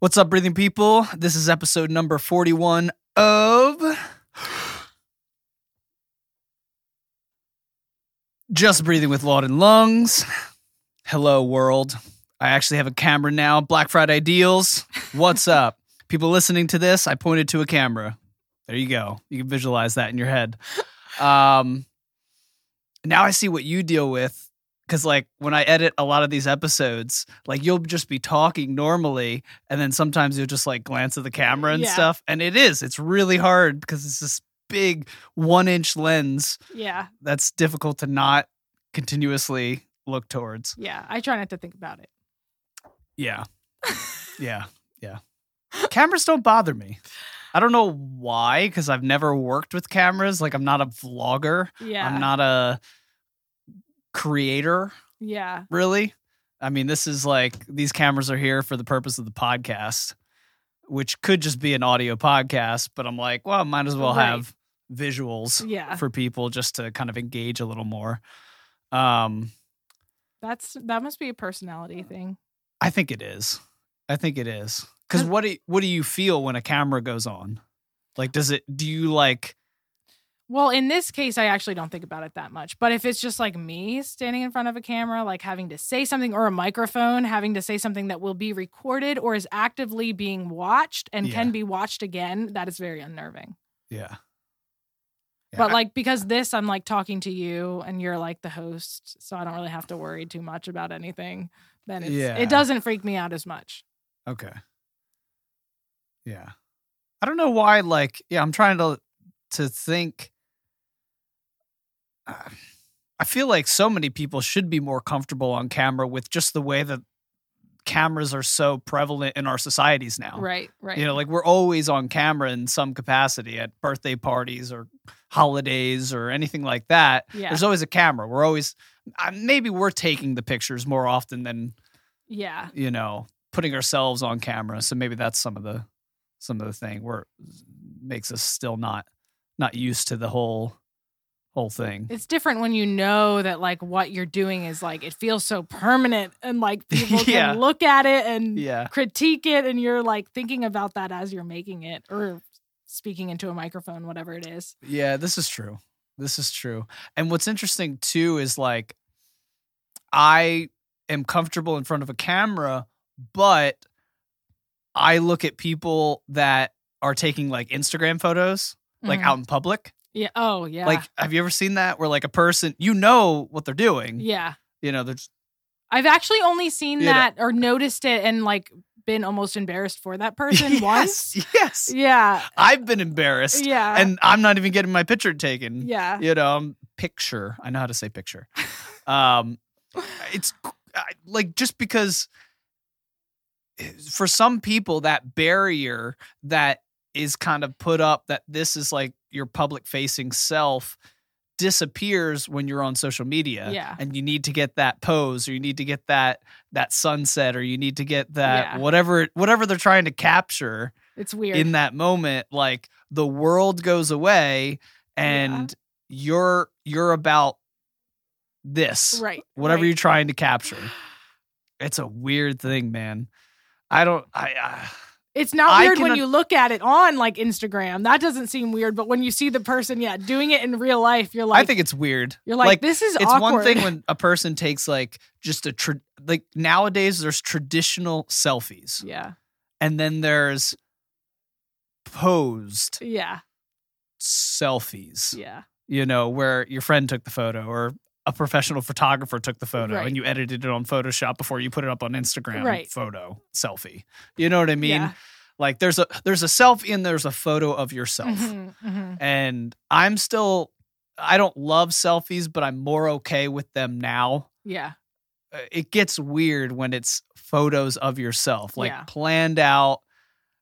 What's up, breathing people? This is episode number 41 of Just Breathing with Laud and Lungs. Hello, world. I actually have a camera now. Black Friday deals. What's up? People listening to this, I pointed to a camera. There you go. You can visualize that in your head. Um, now I see what you deal with. Cause like when I edit a lot of these episodes, like you'll just be talking normally, and then sometimes you'll just like glance at the camera and Yeah. stuff. And it is, it's really hard because it's this big one inch lens Yeah, that's difficult to not continuously look towards. yeah. I try not to think about it. Yeah. yeah. Yeah. Cameras don't bother me. I don't know why, because I've never worked with cameras. Like, I'm not a vlogger. Yeah, I'm not a creator, yeah, really. I mean, this is like these cameras are here for the purpose of the podcast, which could just be an audio podcast, but I'm like, well, might as well Right. have visuals yeah. for people just to kind of engage a little more. Um, That's that must be a personality thing. I think it is. I think it is. Because 'Cause- what do you, what do you feel when a camera goes on? Like, does it? Do you like? Well, in this case, I actually don't think about it that much. But if it's just like me standing in front of a camera, like having to say something or a microphone, having to say something that will be recorded or is actively being watched and Yeah. can be watched again, that is very unnerving. Yeah. Yeah, But I- like because this, I'm like talking to you and you're like the host, so I don't really have to worry too much about anything. Then it's, Yeah. it doesn't freak me out as much. okay. Yeah. I don't know why. Like, yeah, I'm trying to to think. Uh, I feel like so many people should be more comfortable on camera with just the way that cameras are so prevalent in our societies now. Right, right. You know, like we're always on camera in some capacity at birthday parties or holidays or anything like that. yeah. There's always a camera. We're always uh, maybe we're taking the pictures more often than Yeah. you know putting ourselves on camera. So maybe that's some of the some of the thing where it makes us still not not used to the whole whole thing. It's different when you know that like what you're doing is like it feels so permanent and like people Yeah. can look at it and Yeah, critique it and you're like thinking about that as you're making it or speaking into a microphone whatever it is. yeah, this is true. This is true. And what's interesting too is like I am comfortable in front of a camera, but I look at people that are taking like Instagram photos, like Mhm. out in public. Yeah. Oh, yeah. Like, have you ever seen that where like a person, you know what they're doing? yeah. You know, they're just, I've actually only seen You know. that or noticed it and like been almost embarrassed for that person once. Yes, yes. Yeah. I've been embarrassed Yeah. and I'm not even getting my picture taken. yeah. you know um, picture i know how to say picture um it's I- like just because eh, for some people that barrier that is kind of put up that this is like your public facing self disappears when you're on social media Yeah. and you need to get that pose or you need to get that that sunset or you need to get that Yeah. whatever whatever they're trying to capture It's weird. in that moment like the world goes away and you're you're about this right. whatever right. you're trying to capture it's a weird thing man i don't i uh, It's not I weird can when un- you look at it on like Instagram. That doesn't seem weird, but when you see the person, yeah, doing it in real life, you're like, i think it's weird you're like, like, this is it's awkward. one thing when a person takes like just a tra- like nowadays there's traditional selfies yeah, and then there's posed yeah, selfies yeah, you know, where your friend took the photo or a professional photographer took the photo Right. and you edited it on Photoshop before you put it up on Instagram Right. photo selfie. You know what I mean? yeah. Like there's a there's a selfie and there's a photo of yourself. Mhm, mhm. And I'm still I don't love selfies, but I'm more okay with them now. yeah, Uh, It gets weird when it's photos of yourself, like Yeah. planned out.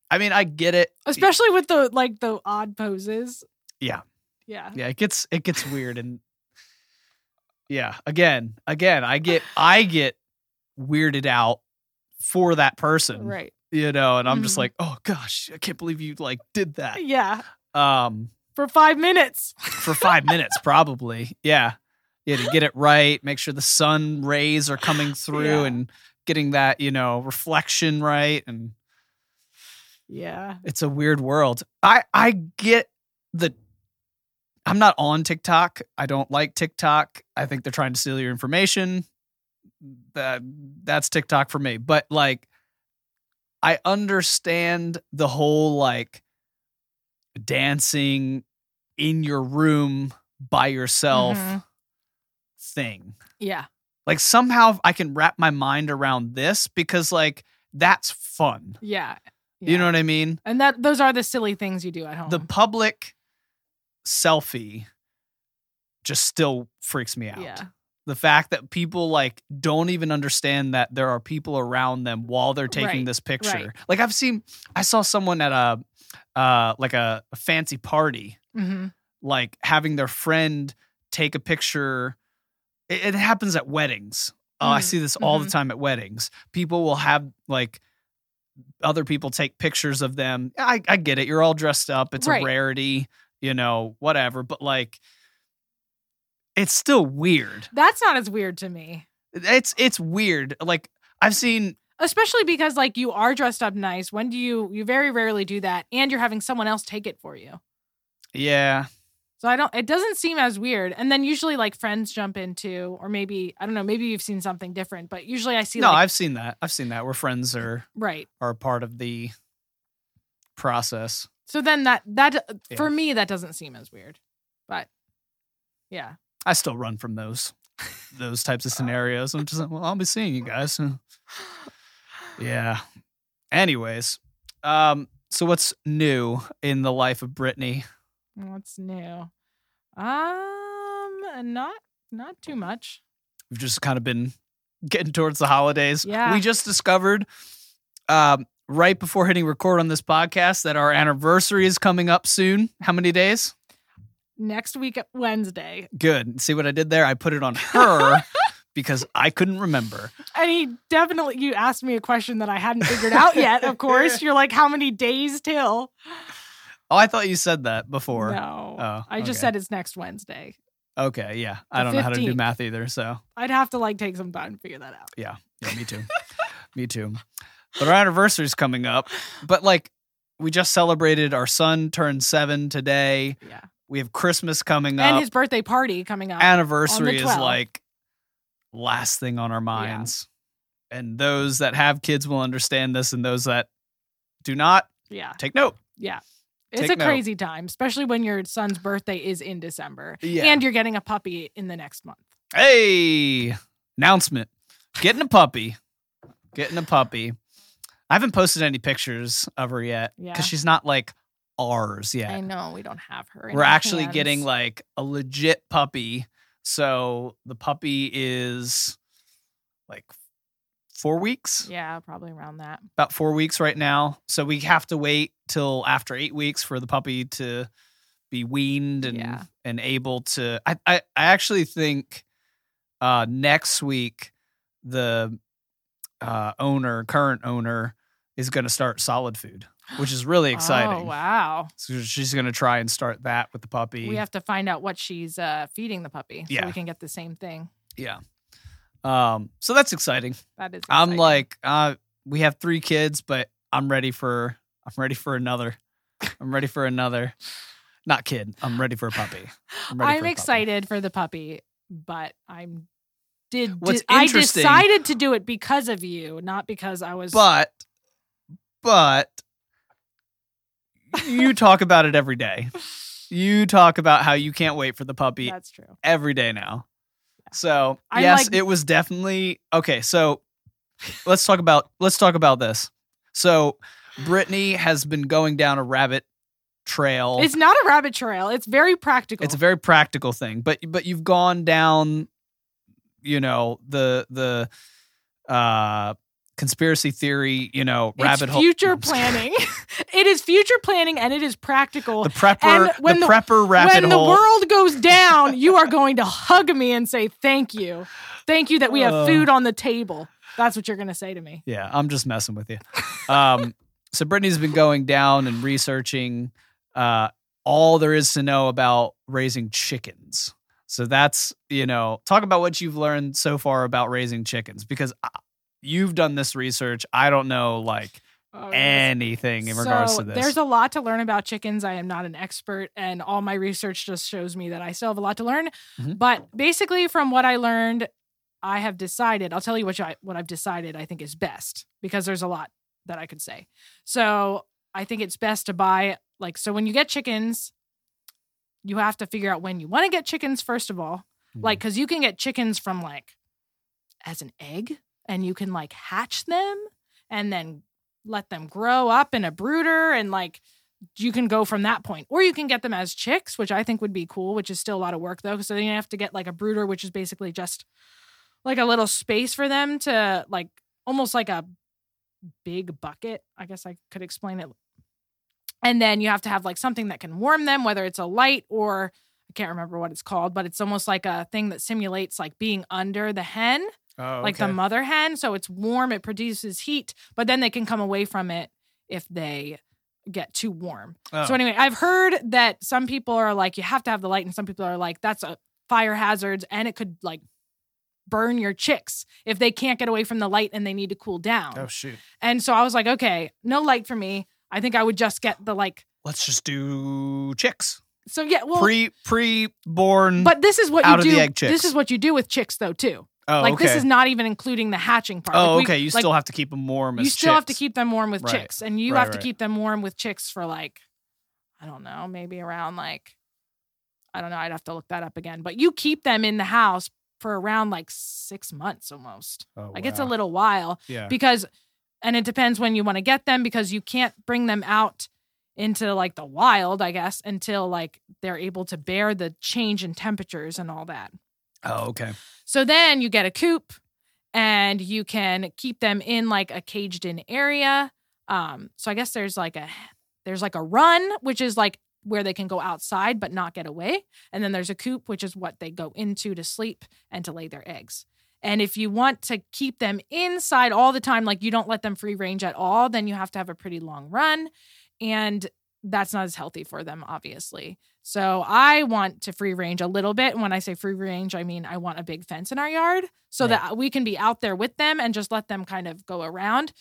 I mean, I get it. especially with the like the odd poses. Yeah. yeah, yeah it gets it gets weird and yeah again again i get i get weirded out for that person right. you know and i'm just Mhm. like oh gosh i can't believe you like did that Yeah, um for five minutes. for five minutes probably yeah yeah to get it right make sure the sun rays are coming through Yeah. and getting that you know reflection right and Yeah. It's a weird world. I I get the I'm not on TikTok. I don't like TikTok. I think they're trying to steal your information. That that's TikTok for me. But like I understand the whole like dancing in your room by yourself Mhm. thing. Yeah. Like somehow I can wrap my mind around this because like that's fun. Yeah. You Yeah. know what I mean? and that those are the silly things you do at home. the public selfie just still freaks me out. yeah. The fact that people like don't even understand that there are people around them while they're taking Right, this picture. Like I've seen I saw someone at a uh like a, a fancy party hmm like having their friend take a picture. It, it happens at weddings. Uh, I Mhm, see this all the mhm. time at weddings. People will have like other people take pictures of them. I, I get it. You're all dressed up. It's Right. a rarity, you know, whatever. But like, it's still weird. That's not as weird to me, It's it's weird. Like I've seen. especially because like you are dressed up nice. When do you? You very rarely do that, and you're having someone else take it for you. Yeah, So I don't. It doesn't seem as weird. And then usually like friends jump into, or maybe I don't know. Maybe you've seen something different, but usually I see. no, like, I've seen that. I've seen that where friends are right. are a part of the process. So then that that Yeah. for me that doesn't seem as weird, but yeah. I still run from those those types Oh. of scenarios. I'm just like, well, I'll be seeing you guys. yeah. Anyways, um, so what's new in the life of Brittany? What's new? Um, not not too much. We've just kind of been getting towards the holidays. Yeah. We just discovered um right before hitting record on this podcast that our anniversary is coming up soon. How many days? Next week Wednesday, Good. See what I did there? I put it on her because I couldn't remember. and he definitely you asked me a question that I hadn't figured out yet. Of course, you're like, how many days till? Oh, I thought you said that before. no, Oh, I just okay. said it's next Wednesday. Okay, yeah. I The don't know how to do 15th. math either, so I'd have to like take some time to figure that out. Yeah, me too. me too. But our anniversary's coming up. But like we just celebrated our son turned seven today. Yeah, We have Christmas coming and up. his birthday party coming up. anniversary is 12th. like last thing on our minds. And those that have kids will understand this, and those that do not, yeah, take note. yeah. It's Take a note. crazy time, especially when your son's birthday is in December, Yeah. and you're getting a puppy in the next month. Hey, announcement. Getting a puppy. Getting a puppy. I haven't posted any pictures of her yet Yeah. because she's not like ours I yet. know we don't have her. in We're our actually hands. getting like a legit puppy. So the puppy is like four weeks, yeah, probably around that. about four weeks right now. So we have to wait till after eight weeks for the puppy to be weaned and Yeah. and able to. I, I I actually think uh next week the uh owner, current owner, is going to start solid food, which is really exciting. Oh wow! So she's going to try and start that with the puppy. We have to find out what she's uh, feeding the puppy, so Yeah. we can get the same thing. yeah. Um. So that's exciting. That is. I'm exciting. like, uh, we have three kids, but I'm ready for I'm ready for another. I'm ready for another. Not kid. I'm ready for a puppy. I'm, ready for I'm a puppy. excited for the puppy, but I'm did, What's did I interesting- decided to do it because of you, not because I was. But but you talk about it every day. You talk about how you can't wait for the puppy that's true. every day now. So I'm yes, like- it was definitely okay. So let's talk about let's talk about this. So Brittany has been going down a rabbit trail. It's not a rabbit trail. It's very practical. It's a very practical thing, but but you've gone down, you know the the uh conspiracy theory, you know It's rabbit hole. future No, I'm just kidding. planning. it is future planning, and it is practical. The prepper, And when the the- prepper rabbit when hole. the world goes down, you are going to hug me and say thank you, thank you that we Oh. have food on the table. That's what you're going to say to me. Yeah, I'm just messing with you. Um, so Brittany's been going down and researching uh, all there is to know about raising chickens. So that's you know, talk about what you've learned uh, so far about raising chickens because I, you've done this research. I don't know, like Oh, yes. anything in regards so to this. There's a lot to learn about chickens. I am not an expert, and all my research just shows me that I still have a lot to learn. Mhm. But basically, from what I learned, I have decided. I'll tell you what I, what I've decided. I think is best because there's a lot that I could say. So I think it's best to buy like so when you get chickens, you have to figure out when you want to get chickens first of all, Mhm. like because you can get chickens from like as an egg, and you can like hatch them and then let them grow up in a brooder and like you can go from that point or you can get them as chicks which i think would be cool which is still a lot of work though so then you have to get like a brooder which is basically just like a little space for them to like almost like a big bucket i guess i could explain it and then you have to have like something that can warm them whether it's a light or i can't remember what it's called but it's almost like a thing that simulates like being under the hen oh, like the mother hen. So it's warm, it produces heat, but then they can come away from it if they get too warm. Oh. So anyway, I've heard that some people are like, you have to have the light, and some people are like, that's a fire hazards, and it could like burn your chicks if they can't get away from the light and they need to cool down. oh shoot. And so I was like, okay, no light for me. I think I would just get the like. Let's just do chicks. So yeah, well, pre pre born. but this is what out of you the do. egg chicks. This is what you do with chicks though too. oh, like okay. this is not even including the hatching part. oh, Like, we- okay. You like, still have to keep them warm. you as still have to chicks. keep them warm with Right. chicks and you Right, have to right. keep them warm with chicks for like i don't know maybe around like i don't know i'd have to look that up again but you keep them in the house for around like six months almost Oh, like it's a wow. little while Yeah. because and it depends when you want to get them because you can't bring them out into like the wild i guess until like they're able to bear the change in temperatures and all that oh, okay. so then you get a coop and you can keep them in like a caged in area. Um, so I guess there's like a there's like a run, which is like where they can go outside but not get away. And then there's a coop, which is what they go into to sleep and to lay their eggs. And if you want to keep them inside all the time, like you don't let them free range at all, then you have to have a pretty long run. And that's not as healthy for them, obviously. So I want to free range a little bit. And when I say free range, I mean I want a big fence in our yard so Right. that we can be out there with them and just let them kind of go around.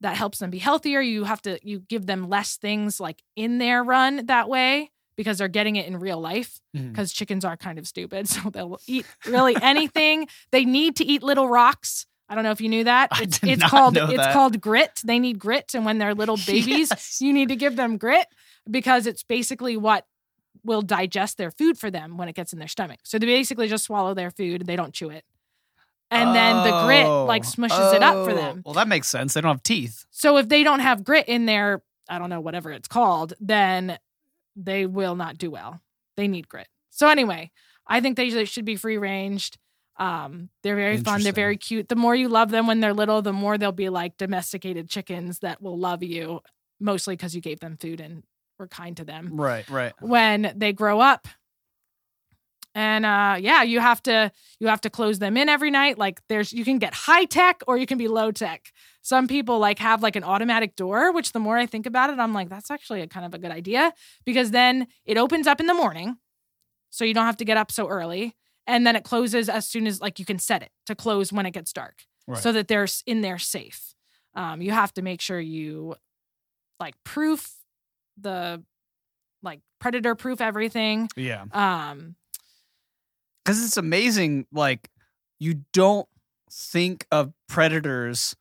That helps them be healthier. You have to you give them less things like in their run that way because they're getting it in real life Mhm. because chickens are kind of stupid. So they'll eat really anything. they need to eat little rocks. I don't know if you knew that. I It's, did it's not called know it's that. called grit. They need grit and when they're little babies, Yes. you need to give them grit because it's basically what will digest their food for them when it gets in their stomach. So they basically just swallow their food, they don't chew it. And then the grit like Oh. smushes it up for Oh. them. Well, that makes sense. They don't have teeth. So if they don't have grit in their, I don't know, whatever it's called, then they will not do well. They need grit. So anyway, I think they should be free ranged. Um, they're very fun. They're Interesting. very cute. The more you love them when they're little, the more they'll be like domesticated chickens that will love you, mostly because you gave them food and were kind to them Right. Right. when they grow up and uh yeah you have to you have to close them in every night like there's you can get high tech or you can be low tech some people like have like an automatic door which the more i think about it i'm like that's actually a kind of a good idea because then it opens up in the morning so you don't have to get up so early and then it closes as soon as like you can set it to close when it gets dark Right. so that they're s- in there safe um you have to make sure you like proof the like predator proof everything yeah. um because it's amazing. Like you don't think of predators.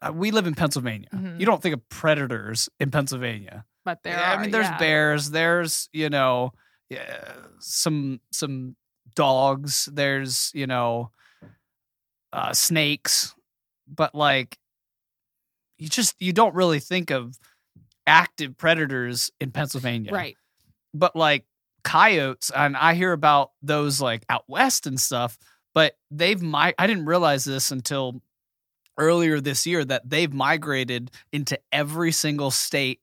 Uh, we live in Pennsylvania. Mhm. You don't think of predators in Pennsylvania. but there Yeah, are, I mean, there's yeah. bears. There's you know, yeah, some some dogs. There's you know, uh, snakes. But like, you just you don't really think of active predators in Pennsylvania, right but like coyotes and i hear about those like out west and stuff but they've my i didn't realize this until earlier this year that they've migrated into every single state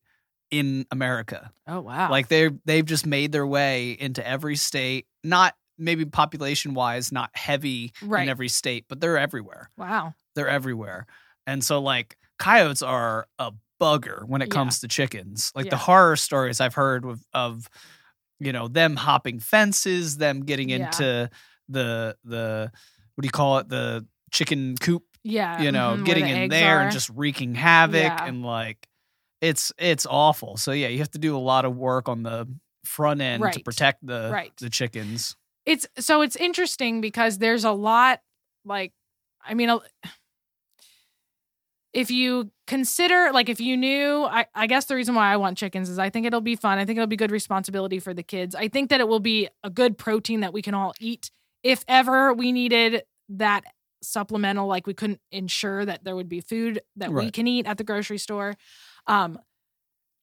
in america oh wow like they they've just made their way into every state not maybe population wise not heavy Right. in every state but they're everywhere wow they're everywhere. And so like coyotes are a bugger when it Yeah. comes to chickens. Like Yeah. the horror stories I've heard of, of you know them hopping fences, them getting Yeah. into the the what do you call it the chicken coop yeah, you know, mhm, where getting the in eggs there are. and just wreaking havoc Yeah. and like it's it's awful. So yeah, you have to do a lot of work on the front end to Right. protect the Right. the chickens. it's so it's interesting because there's a lot like i mean a- if you consider like if you knew I, I guess the reason why i want chickens is i think it'll be fun i think it'll be good responsibility for the kids i think that it will be a good protein that we can all eat if ever we needed that supplemental like we couldn't ensure that there would be food that we Right. can eat at the grocery store um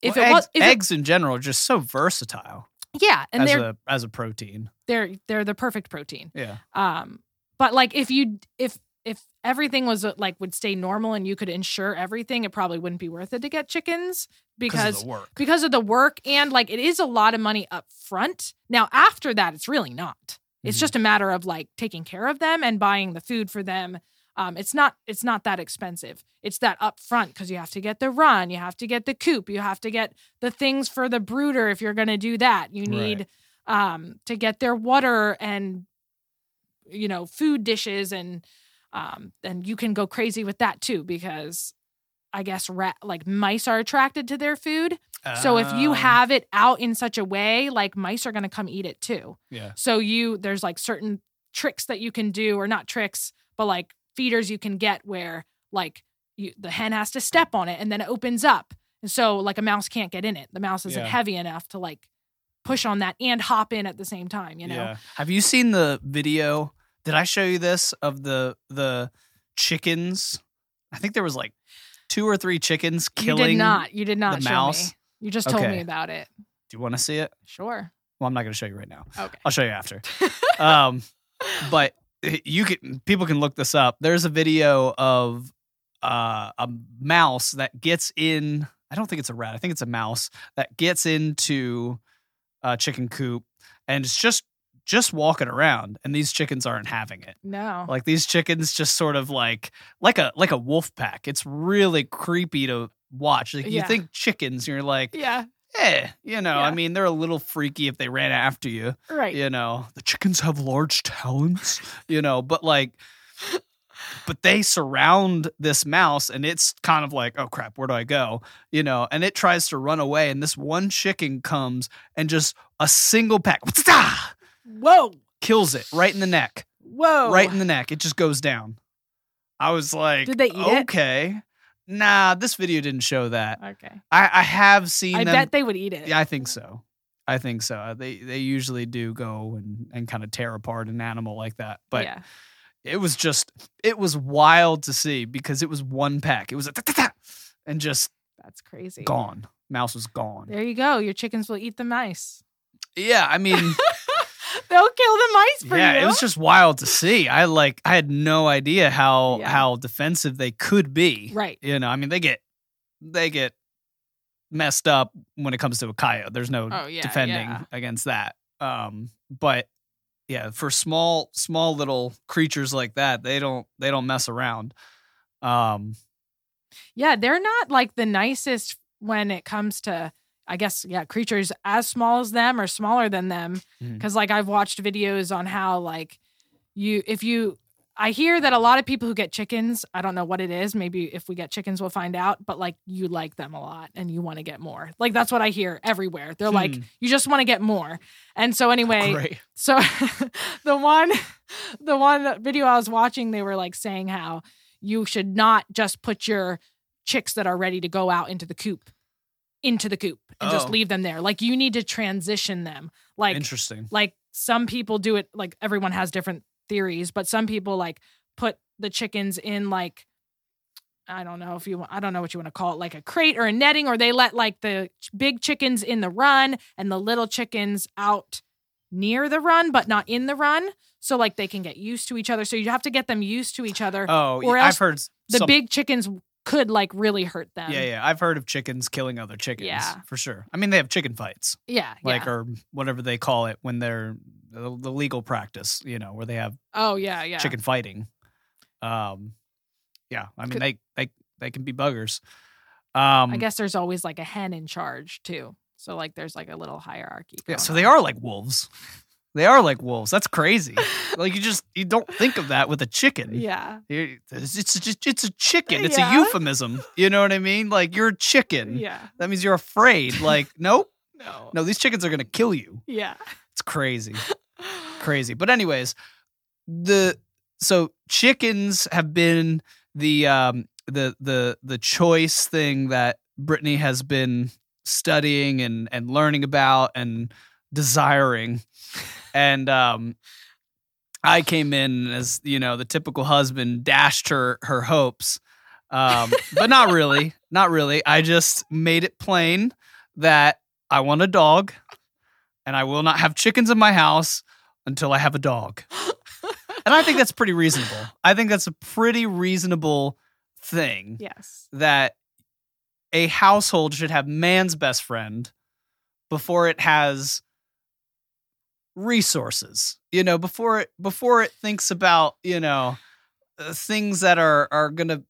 if Well, it was eggs, if it- eggs in general are just so versatile yeah and as they're a as a protein. they're they're the perfect protein Yeah. um but like if you if if everything was uh, like would stay normal and you could insure everything it probably wouldn't be worth it to get chickens Because of because the work. because of the work and like it is a lot of money up front now after that it's really not it's Mhm. just a matter of like taking care of them and buying the food for them um, it's not it's not that expensive it's that up front because you have to get the run you have to get the coop you have to get the things for the brooder if you're going to do that you Right. need um, to get their water and you know food dishes and um, and you can go crazy with that too because i guess rat like mice are attracted to their food so if you Um, have it out in such a way, like mice are going to come eat it too. yeah. So you there's like certain tricks that you can do, or not tricks, but like feeders you can get where like you, the hen has to step on it and then it opens up, and so like a mouse can't get in it. The mouse isn't Yeah. heavy enough to like push on that and hop in at the same time. You know, Yeah. Have you seen the video? Did I show you this of the the chickens? I think there was like two or three chickens killing. you did not, you did not the show mouse? me. You just told Okay. me about it. Do you want to see it? Sure. Well, I'm not going to show you right now. Okay. I'll show you after. um, but you can people can look this up. There's a video of uh, a mouse that gets in. I don't think it's a rat. I think it's a mouse that gets into a chicken coop and it's just just walking around, and these chickens aren't having it. No. Like these chickens just sort of like like a like a wolf pack. It's really creepy to watch. Like you Yeah. think chickens, you're like, yeah. eh, you know. I Yeah. mean, they're a little freaky if they ran after you Right. you know the chickens have large talons you know but like but they surround this mouse and it's kind of like oh crap where do i go you know and it tries to run away and this one chicken comes and just a single pack Whoa. kills it right in the neck Whoa. right in the neck it just goes down i was like Did they eat it? okay nah this video didn't show that Okay. i, I have seen I them bet they would eat it. yeah, I think so. I think so. Uh, They they usually do go and, and kind of tear apart an animal like that. But yeah. it was just it was wild to see because it was one pack. It was a ta-ta-ta, and just That's crazy. gone. Mouse was gone. There you go. Your chickens will eat the mice. Yeah, I mean, They'll kill the mice for yeah, you. it was just wild to see. I like I had no idea how Yeah. how defensive they could be. right. You know, I mean, they get they get messed up when it comes to a coyote. There's no Oh yeah. defending yeah. against that. Um, but yeah, for small small little creatures like that, they don't they don't mess around. Um, Yeah, they're not like the nicest when it comes to I guess yeah, creatures as small as them or smaller than them Mhm. cuz like I've watched videos on how like you if you I hear that a lot of people who get chickens, I don't know what it is, maybe if we get chickens we'll find out, but like you like them a lot and you want to get more. Like that's what I hear everywhere. They're like Hmm. you just want to get more. And so anyway, great. So the one the one video I was watching, they were like saying how you should not just put your chicks that are ready to go out into the coop into the coop and just Oh. leave them there. Like you need to transition them. Like Interesting. like some people do it like everyone has different theories, but some people like put the chickens in like I don't know if you want, I don't know what you want to call it like a crate or a netting or they let like the ch- big chickens in the run and the little chickens out near the run but not in the run so like they can get used to each other so you have to get them used to each other Oh, or yeah, else I've heard the some- big chickens could like really hurt them Yeah, yeah, I've heard of chickens killing other chickens Yeah. for sure. I mean, they have chicken fights, yeah, like yeah. or whatever they call it when they're the, the legal practice, you know, where they have oh yeah yeah chicken fighting. Um, yeah, I mean Could- they they they can be buggers. Um, i guess there's always like a hen in charge too so like there's like a little hierarchy Yeah, going so on. they are like wolves. They are like wolves. That's crazy. like you just you don't think of that with a chicken. Yeah. You're- It's, it's, just- it's a chicken. It's Yeah. a euphemism. You know what I mean? Like you're a chicken. Yeah. That means you're afraid. Like nope. No. No, these chickens are gonna kill you. Yeah. It's crazy. crazy. But anyways, the so chickens have been the um the the the choice thing that Brittany has been studying and and learning about and desiring. And um I came in as, you know, the typical husband dashed her her hopes. Um but not really. Not really. I just made it plain that I want a dog and I will not have chickens in my house until I have a dog. and I think that's pretty reasonable. I think that's a pretty reasonable thing Yes. that a household should have man's best friend before it has resources. You know, before it before it thinks about, you know, uh, things that are are going to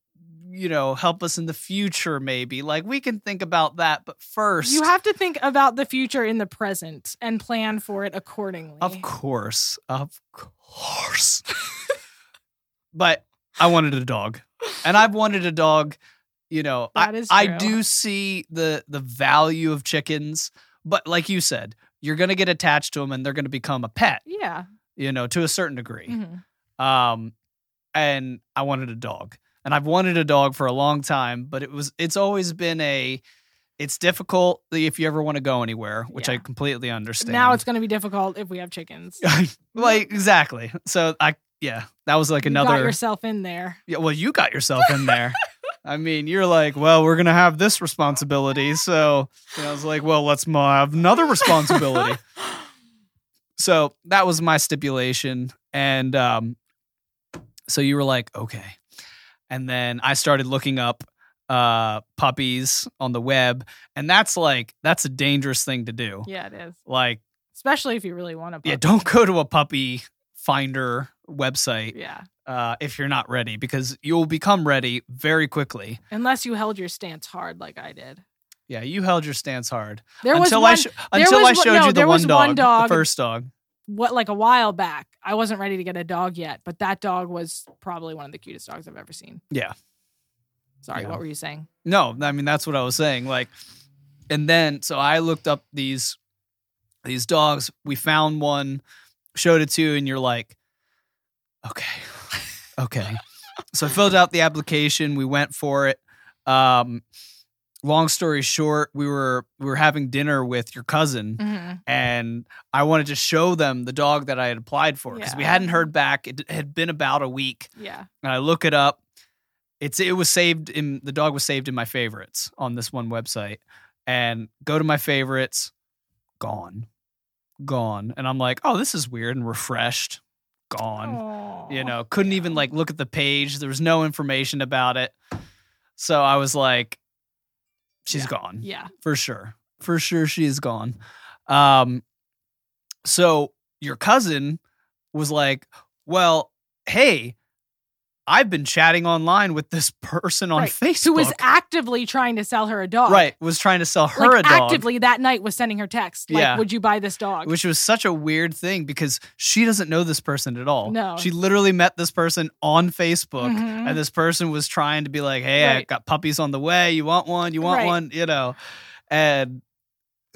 you know, help us in the future maybe. Like we can think about that, but first You have to think about the future in the present and plan for it accordingly. Of course. Of course. but I wanted a dog. And I've wanted a dog, you know, That I, is I true. do see the the value of chickens, but like you said, you're going to get attached to them and they're going to become a pet, Yeah. you know, to a certain degree. Mhm. Um and I wanted a dog. And I've wanted a dog for a long time, but it was it's always been a it's difficult if you ever want to go anywhere, which I Yeah. completely understand. Now it's going to be difficult if we have chickens. like exactly. So I yeah, that was like You got another. yourself in there. yeah, well, you got yourself in there. I mean, you're like, well, we're gonna have this responsibility. So and I was like, well, let's mo- have another responsibility. so that was my stipulation, and um, so you were like, okay, and then I started looking up uh puppies on the web, and that's like that's a dangerous thing to do. Yeah, it is. Like, Especially if you really want to. yeah, don't go to a puppy finder website Yeah. uh, if you're not ready because you'll become ready very quickly. Unless you held your stance hard like I did. Yeah, you held your stance hard There was until one, I sh- until I was one- showed no, you the there was one dog, one dog- the first dog. what like a while back. I wasn't ready to get a dog yet, but that dog was probably one of the cutest dogs I've ever seen. Yeah. Sorry, Yeah. what were you saying? No, I mean that's what I was saying. Like, and then so I looked up these these dogs. We found one, showed it to, you, and you're like, okay, okay. so I filled out the application. We went for it. Um, long story short, we were we were having dinner with your cousin, Mm-hmm. and I wanted to show them the dog that I had applied for because we Yeah. hadn't heard back. It had been about a week, Yeah. and I look it up. It's it was saved in the dog was saved in my favorites on this one website, and go to my favorites, gone, gone, and I'm like, oh, this is weird and refreshed, gone. You know, couldn't even yeah. like look at the page. There was no information about it, so I was like, she's gone Yeah. for sure. For sure, she is gone. Um, so your cousin was like, "Well, hey, I've been chatting online with this person on Right. Facebook Who was actively trying to sell her a dog. right was trying to sell her like a dog, actively that night was sending her text. Like, Yeah. would you buy this dog? which was such a weird thing because she doesn't know this person at all. No. she literally met this person on Facebook." Mhm. And this person was trying to be like, hey, I Right. got puppies on the way. You want one? You want Right. one? You know? And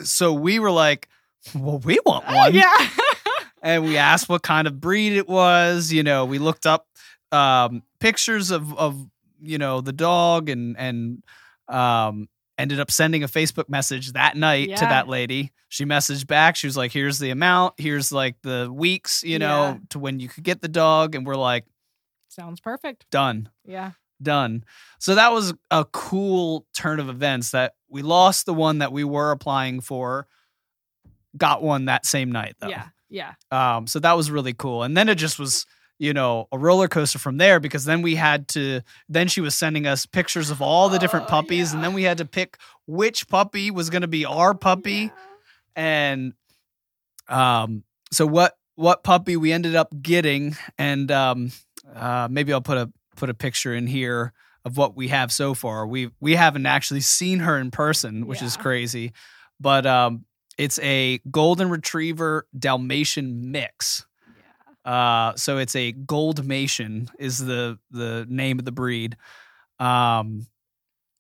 so we were like, well, we want Oh, one. yeah. and we asked what kind of breed it was. You know, we looked up um, pictures of of you know the dog and and um, ended up sending a Facebook message that night to Yeah. that lady. She messaged back. She was like, "Here's the amount. Here's like the weeks. You know, Yeah. to when you could get the dog." And we're like, Sounds perfect. "Done." Yeah. done. So that was a cool turn of events that we lost the one that we were applying for, got one that same night though. Yeah. Yeah. Um, so that was really cool. And then it just was, you know, a roller coaster from there because then we had to, then she was sending us pictures of all the different Oh, puppies. yeah. And then we had to pick which puppy was going to be our puppy and um so what what puppy we ended up getting and um uh maybe I'll put a put a picture in here of what we have so far. We we haven't actually seen her in person, which is Yeah. crazy. But um It's a golden retriever Dalmatian mix. Yeah. Uh, so it's a Goldmation is the the name of the breed. Um,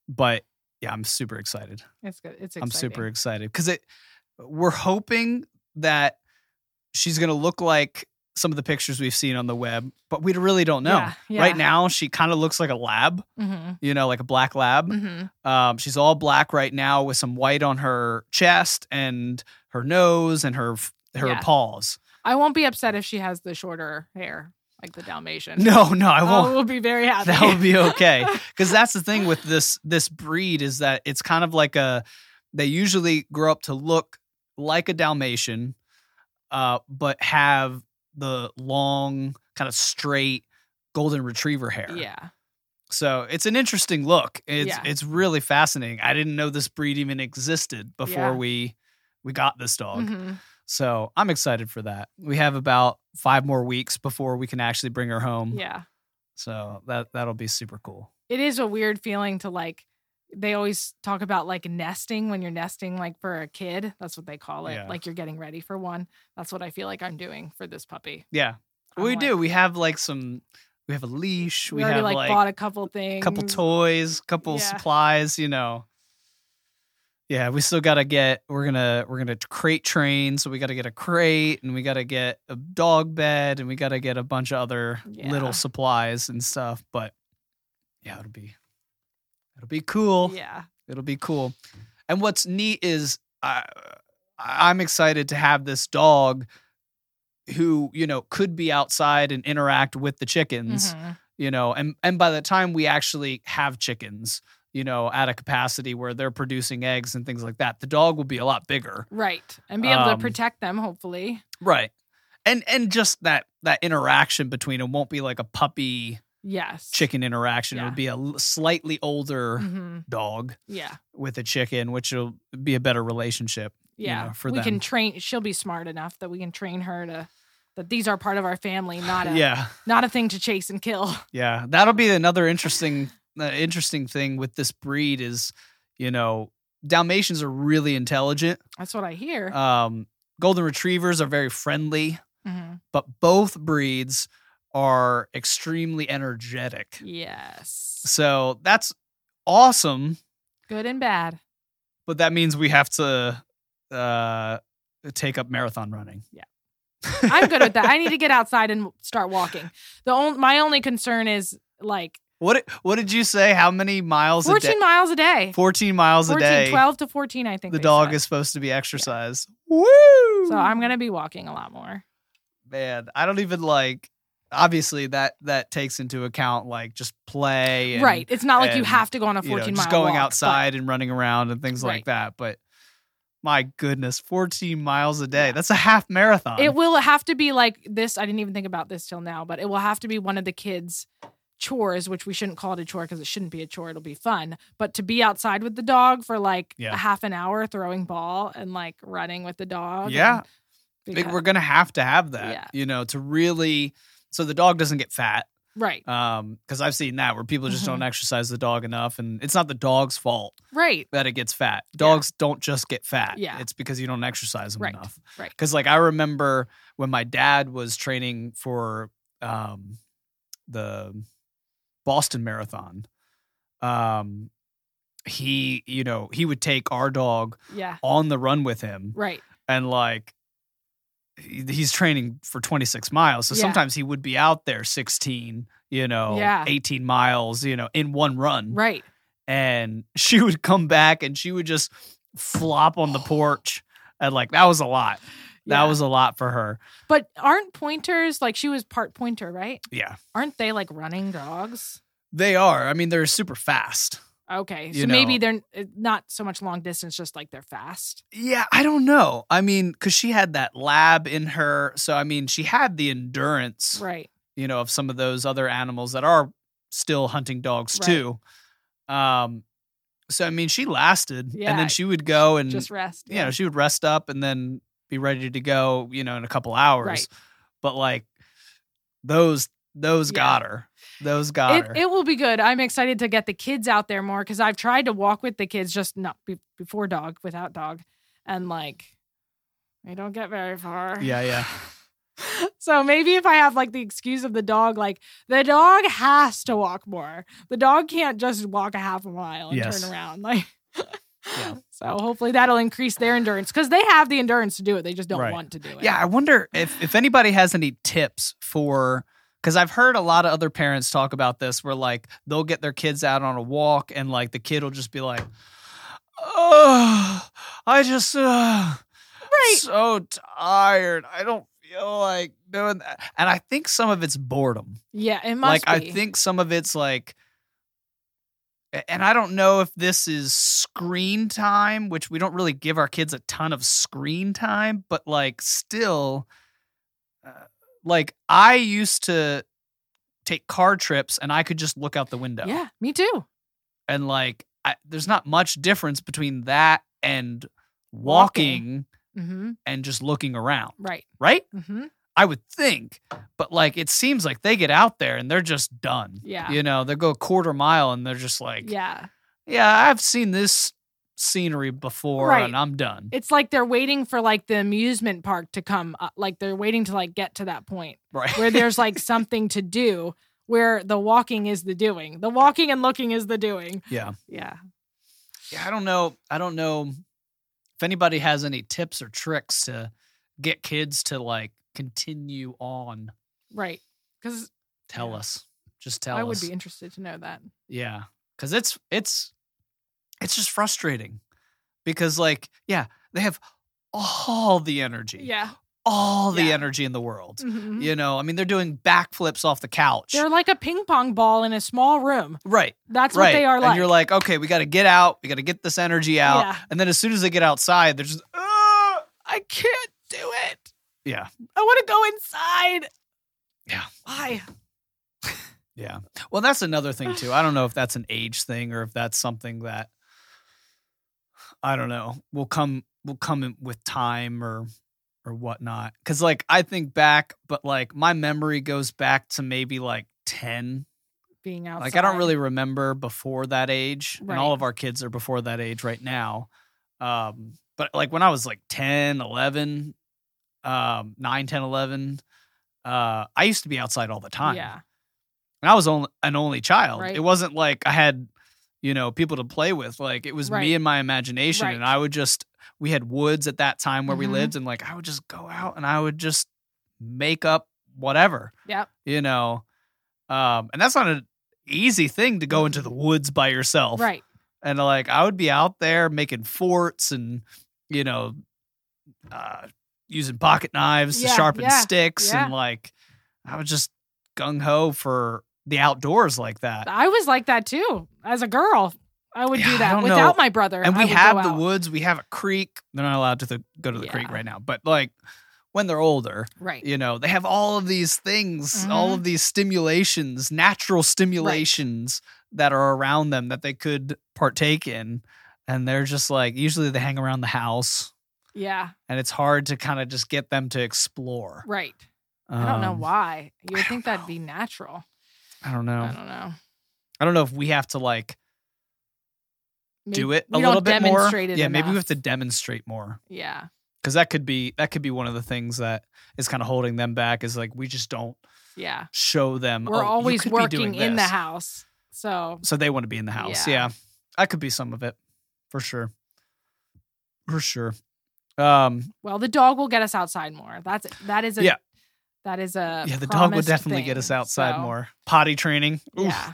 but yeah, I'm super excited. It's good. It's exciting. I'm super excited because it. We're hoping that she's gonna look like some of the pictures we've seen on the web, but we really don't know. Yeah, yeah. Right now, she kind of looks like a lab, Mhm, you know, like a black lab. mhm. Um, she's all black right now with some white on her chest and her nose and her f- her Yeah. paws. I won't be upset if she has the shorter hair, like the Dalmatian. No, no, I won't. will be very happy. that would be okay because that's the thing with this this breed is that it's kind of like a they usually grow up to look like a dalmatian uh, but have the long kind of straight golden retriever hair yeah. so it's an interesting look it's Yeah. it's really fascinating i didn't know this breed even existed before Yeah. we we got this dog Mhm. so i'm excited for that we have about five more weeks before we can actually bring her home Yeah. so that that'll be super cool It is a weird feeling to like. They always talk about like nesting when you're nesting, like for a kid. That's what they call it. Yeah. Like you're getting ready for one. That's what I feel like I'm doing for this puppy. Yeah. I'm we like- Mm, do. We have like some we have a leash, we, We, already have like, like, bought a couple things. a couple toys, couple Yeah. supplies, you know. Yeah, we still got to get we're going to we're going to crate train, so we got to get a crate and we got to get a dog bed and we got to get a bunch of other Yeah. little supplies and stuff, but yeah, it'll be it'll be cool. Yeah. It'll be cool. And what's neat is uh, I'm excited to have this dog who, you know, could be outside and interact with the chickens, Mhm. you know, and and by the time we actually have chickens, you know, at a capacity where they're producing eggs and things like that, the dog will be a lot bigger. Right. And be able to Um, protect them, hopefully. Right. And and just that that interaction between them won't be like a puppy Yes. chicken interaction. Yeah. It'll be a l- slightly older hmm dog Yeah. with a chicken, which will be a better relationship. you Yeah. know, for we them. can train she'll be smart enough that we can train her to that these are part of our family, not a yeah, not a thing to chase and kill. yeah, that'll be another interesting, uh, interesting thing with this breed is, you know, Dalmatians are really intelligent. That's what I hear. Um, Golden Retrievers are very friendly, hmm but both breeds are extremely energetic. Yes. So that's awesome, Good and bad. but that means we have to uh, take up marathon running. Yeah. I'm good with that. I need to get outside and start walking. The only my only concern is like What What did you say? How many miles? a 14 day? miles a day. Fourteen miles 14, a day. 12 to 14, I think. the they dog said. is supposed to be exercised. Woo! So I'm going to be walking a lot more. man. I don't even like. Obviously, that that takes into account like just play, and, right. It's not like you and, have to go on a You 14 know, mile just going walk, but- outside and running around and things Right. like that. But my goodness, fourteen miles a day—that's a half marathon. It will have to be like this. I didn't even think about this till now, but it will have to be one of the kids' chores, which we shouldn't call it a chore because it shouldn't be a chore. It'll be fun. But to be outside with the dog for like Yeah. a half an hour throwing ball and like running with the dog. Yeah. and- Like, because- we're gonna have to have that, Yeah. you know, to really so the dog doesn't get fat. right. Um, because I've seen that where people just Mhm. don't exercise the dog enough, and it's not the dog's fault. Right. that it gets fat. Yeah. Dogs don't just get fat. Yeah. It's because you don't exercise them Right, enough. right. Because like I remember when my dad was training for um the Boston Marathon, um he, you know, he would take our dog Yeah. on the run with him Right. and like he- he's training for 26 miles. So Yeah. sometimes he would be out there 16, you know, Yeah. 18 miles, you know, in one run Right. and she would come back and she would just flop on the porch and like that was a lot that Yeah. was a lot for her But aren't pointers like she was part pointer, right? yeah Aren't they like running dogs? they are i mean they're super fast Okay. So You maybe know. they're uh, not so much long distance, just like they're fast. yeah i don't know i mean because she had that lab in her so i mean she had the endurance Right. you know of some of those other animals that are still hunting dogs Right. too um so i mean she lasted Yeah, and then she would go and Just rest. you know she would rest up and then be ready to go you know in a couple hours Right. but like those those Yeah. got her those got her It, it will be good. I'm excited to get the kids out there more because I've tried to walk with the kids, just not be, before dog, without dog, and like I don't get very far. Yeah, yeah. So maybe if I have like the excuse of the dog, like the dog has to walk more. The dog can't just walk a half a mile and Yes. turn around. Like, Yeah. so hopefully that'll increase their endurance because they have the endurance to do it. They just don't Right. want to do it. Yeah, I wonder if if anybody has any tips for because I've heard a lot of other parents talk about this, where like they'll get their kids out on a walk and like the kid will just be like, "Oh, I just uh, Right. so tired. I don't feel like doing that." And I think some of it's boredom. Yeah. It must like be. I think some of it's like a- and I don't know if this is screen time, which we don't really give our kids a ton of screen time, but like still uh, like I used to take car trips and I could just look out the window. Yeah. Me too. And like I, there's not much difference between that and walking Walking. Mm-hmm. and just looking around, Right. right? Mm-hmm. I would think, but like it seems like they get out there and they're just done. Yeah. You know, they go a quarter mile and they're just like, yeah, Yeah. I've seen this scenery before Right. and I'm done. It's like they're waiting for like the amusement park to come up. Like they're waiting to like get to that point. right. where there's like something to do where the walking is the doing the walking and looking is the doing yeah. yeah Yeah. I don't know. I don't know if anybody has any tips or tricks to get kids to like continue on. right because Tell Yeah. us. Just tell i us. would be interested to know that Yeah. Cause it's it's it's just frustrating. Because like, yeah, they have all the energy. yeah all the Yeah. energy in the world. mhm. You know, I mean, they're doing backflips off the couch. they're like a ping pong ball in a small room right. that's right. what they are like And you're like, okay, we got to get out. We got to get this energy out. Yeah. And then as soon as they get outside, they're just, oh, I can't do it. Yeah. i want to go inside Yeah. why Yeah. Well, that's another thing, too. I don't know if that's an age thing or if that's something that, I don't know, will come, will come in with time or, or whatnot. Cause like I think back, but like my memory goes back to maybe like 10, being outside Like I don't really remember before that age, and all Right. of our kids are before that age right now. Um, but like when I was like 10, 11, um, 9, 10, 11, uh, I used to be outside all the time. yeah And I was only an only child. Right. It wasn't like I had, you know, people to play with. Like it was Right. me and my imagination. Right. And I would just we had woods at that time where we Mhm. lived, and like I would just go out and I would just make up whatever yep you know um and that's not an easy thing to go into Mm-hmm. the woods by yourself right and like i would be out there making forts and you know uh using pocket knives to Yeah, sharpen yeah, sticks and like i was just gung-ho for the outdoors like that i was like that too as a girl i would Yeah, I do that don't know. without my brother and I we would go have the out. woods we have a creek they're not allowed to th- go to the creek Yeah. right now but like when they're older right you know they have all of these things all Mhm. of these stimulations natural stimulations that are around them that they could partake in and they're just like usually they hang around the house yeah and it's hard to kind of just get them to explore right i don't know Um, why I you would don't think that'd know. be natural i don't know i don't know i don't know if we have to like do it a we little don't bit more demonstrate It yeah maybe we have enough. to demonstrate more Yeah. because that could be that could be one of the things that is kind of holding them back is like we just don't Yeah. show them "Oh, We're you always could be doing working in the this." house. So so they want to be in the house. Yeah. Yeah. That could be some of it for sure. For sure. Um well the dog will get us outside more. That's that is a Yeah. that is a yeah, the dog will promised definitely get thing. us outside So, more. Potty training. Oof. Yeah.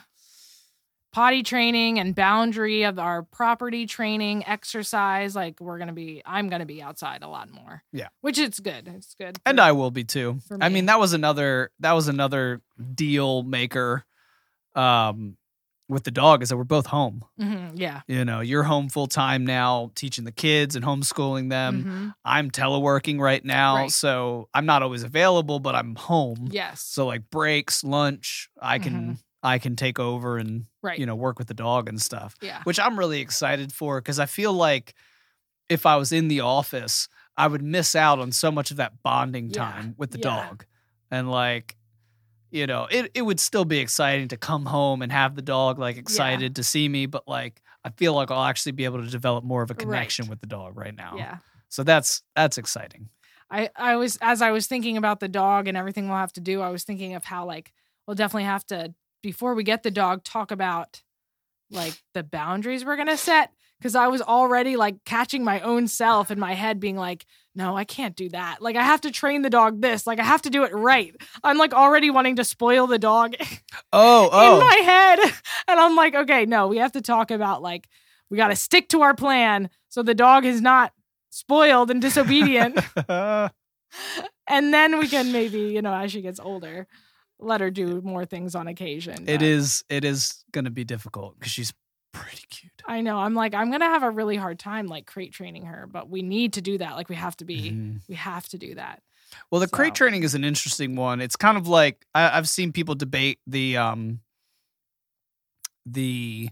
Potty training and boundary of our property training exercise. Like we're gonna be I'm gonna be outside a lot more. Yeah. Which it's good. It's good. And for- I will be too. For I me. mean, that was another that was another deal maker um with the dog is that we're both home. Mhm, yeah. You know, you're home full time now teaching the kids and homeschooling them. Mhm. I'm teleworking right now, Right. so I'm not always available, but I'm home. Mm-hmm. Yes. So like breaks, lunch, I can I can take over and Mm-hmm. right. you know work with the dog and stuff yeah. which i'm really excited for because i feel like if i was in the office i would miss out on so much of that bonding Yeah. time with the Yeah. dog and like you know it, it would still be exciting to come home and have the dog like excited to see me but like i feel like i'll actually be able to develop more of a Right. connection with the dog right now Yeah. so that's that's exciting I I was as I was thinking about the dog and everything we'll have to do, I was thinking of how like we'll definitely have to before we get the dog talk about like the boundaries we're gonna set because I was already like catching my own self in my head being like, no, I can't do that. Like I have to train the dog this. Like I have to do it right. I'm like already wanting to spoil the dog Oh, oh. in my head. And I'm like, okay, no, we have to talk about like we got to stick to our plan so the dog is not spoiled and disobedient. oh. and then we can maybe, you know, as she gets older, let her do more things on occasion. it But is it is going to be difficult cuz she's pretty cute. I know. I'm like, I'm gonna have a really hard time like crate training her, but we need to do that. Like we have to be, Mhm. we have to do that. Well, the crate So- training is an interesting one. It's kind of like I, I've seen people debate the um the.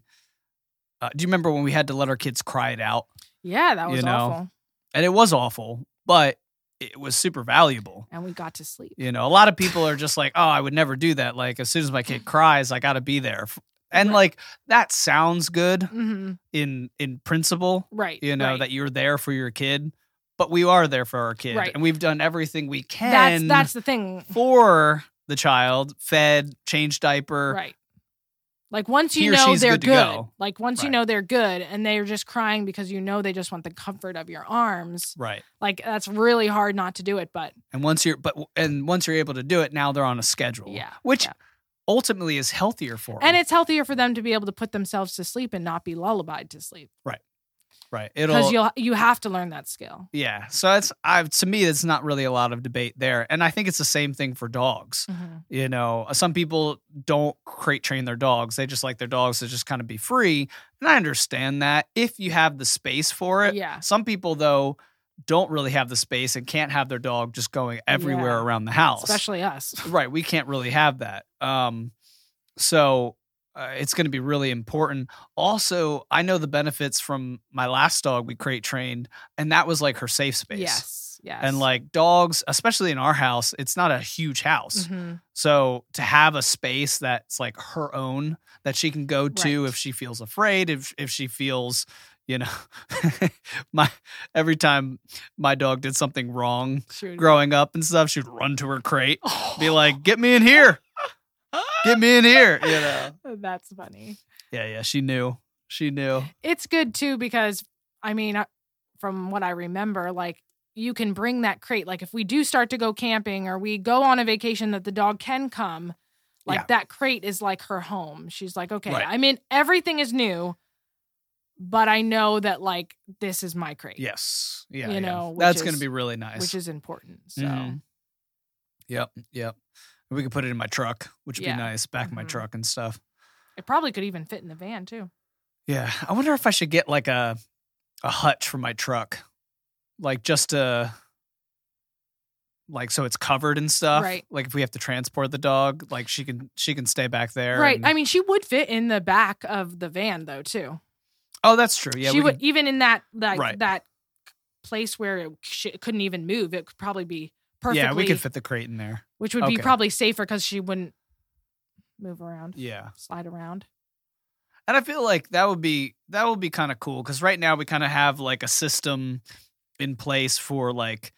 Uh, do you remember when we had to let our kids cry it out? Yeah, that was You know. awful. And it was awful, but it was super valuable. And we got to sleep. You know, a lot of people are just like, "Oh, I would never do that." Like, as soon as my kid cries, I got to be there. F- And Mm-hmm. Right. like that sounds good hmm in in principle, Right. you know, right. that you're there for your kid, but we are there for our kid, Right. and we've done everything we can. that's that's the thing. for the child, fed, changed diaper. Right. Like once He you or know she's they're good to good, go. like once you Right. know they're good and they're just crying because you know they just want the comfort of your arms, Right. like that's really hard not to do it. But And once you're but and once you're able to do it, now they're on a schedule. Yeah, Which yeah. ultimately is healthier for them. and it's healthier for them to be able to put themselves to sleep and not be lullabied to sleep right. because It'll you'll you have to learn that skill. yeah. So it's I've to me it's not really a lot of debate there. And I think it's the same thing for dogs. Mhm. You know, some people don't crate train their dogs. They just like their dogs to just kind of be free. And I understand that if you have the space for it. Yeah, Some people though don't really have the space and can't have their dog just going everywhere Yeah. around the house. especially us. right we can't really have that um so uh, it's going to be really important also i know the benefits from my last dog we crate trained and that was like her safe space Yes, yes, and like dogs especially in our house it's not a huge house Mhm. so to have a space that's like her own that she can go to Right. if she feels afraid, if if she feels, you know, my every time my dog did something wrong She would- growing up and stuff, she'd run to her crate, be Oh, like, "Get me in here, get me in here," you know. that's funny. Yeah, yeah, she knew, she knew. it's good too because I mean, I- from what I remember, like you can bring that crate. Like if we do start to go camping or we go on a vacation that the dog can come, like Yeah. that crate is like her home. She's like, okay, Right. I mean, everything is new, but I know that like this is my crate, Yes, yeah, You yeah. know, which that's gonna is- be really nice. which is important. So Mhm. Yep, yep. We could put it in my truck, which would Yeah. be nice. Back my Mhm. truck and stuff. it probably could even fit in the van too. Yeah, I wonder if I should get like a a hutch for my truck, like just to like so it's covered and stuff. Right. Like if we have to transport the dog, like she can she can stay back there. Right. and- I mean, she would fit in the back of the van though too. oh, that's true. Yeah. she we would could- even in that that Right. that place where it sh- it couldn't even move. It could probably be perfectly, yeah, we could fit the crate in there. which would okay. be probably safer because she wouldn't move around, Yeah. slide around. And I feel like that would be that would be kind of cool because right now we kind of have like a system in place for like,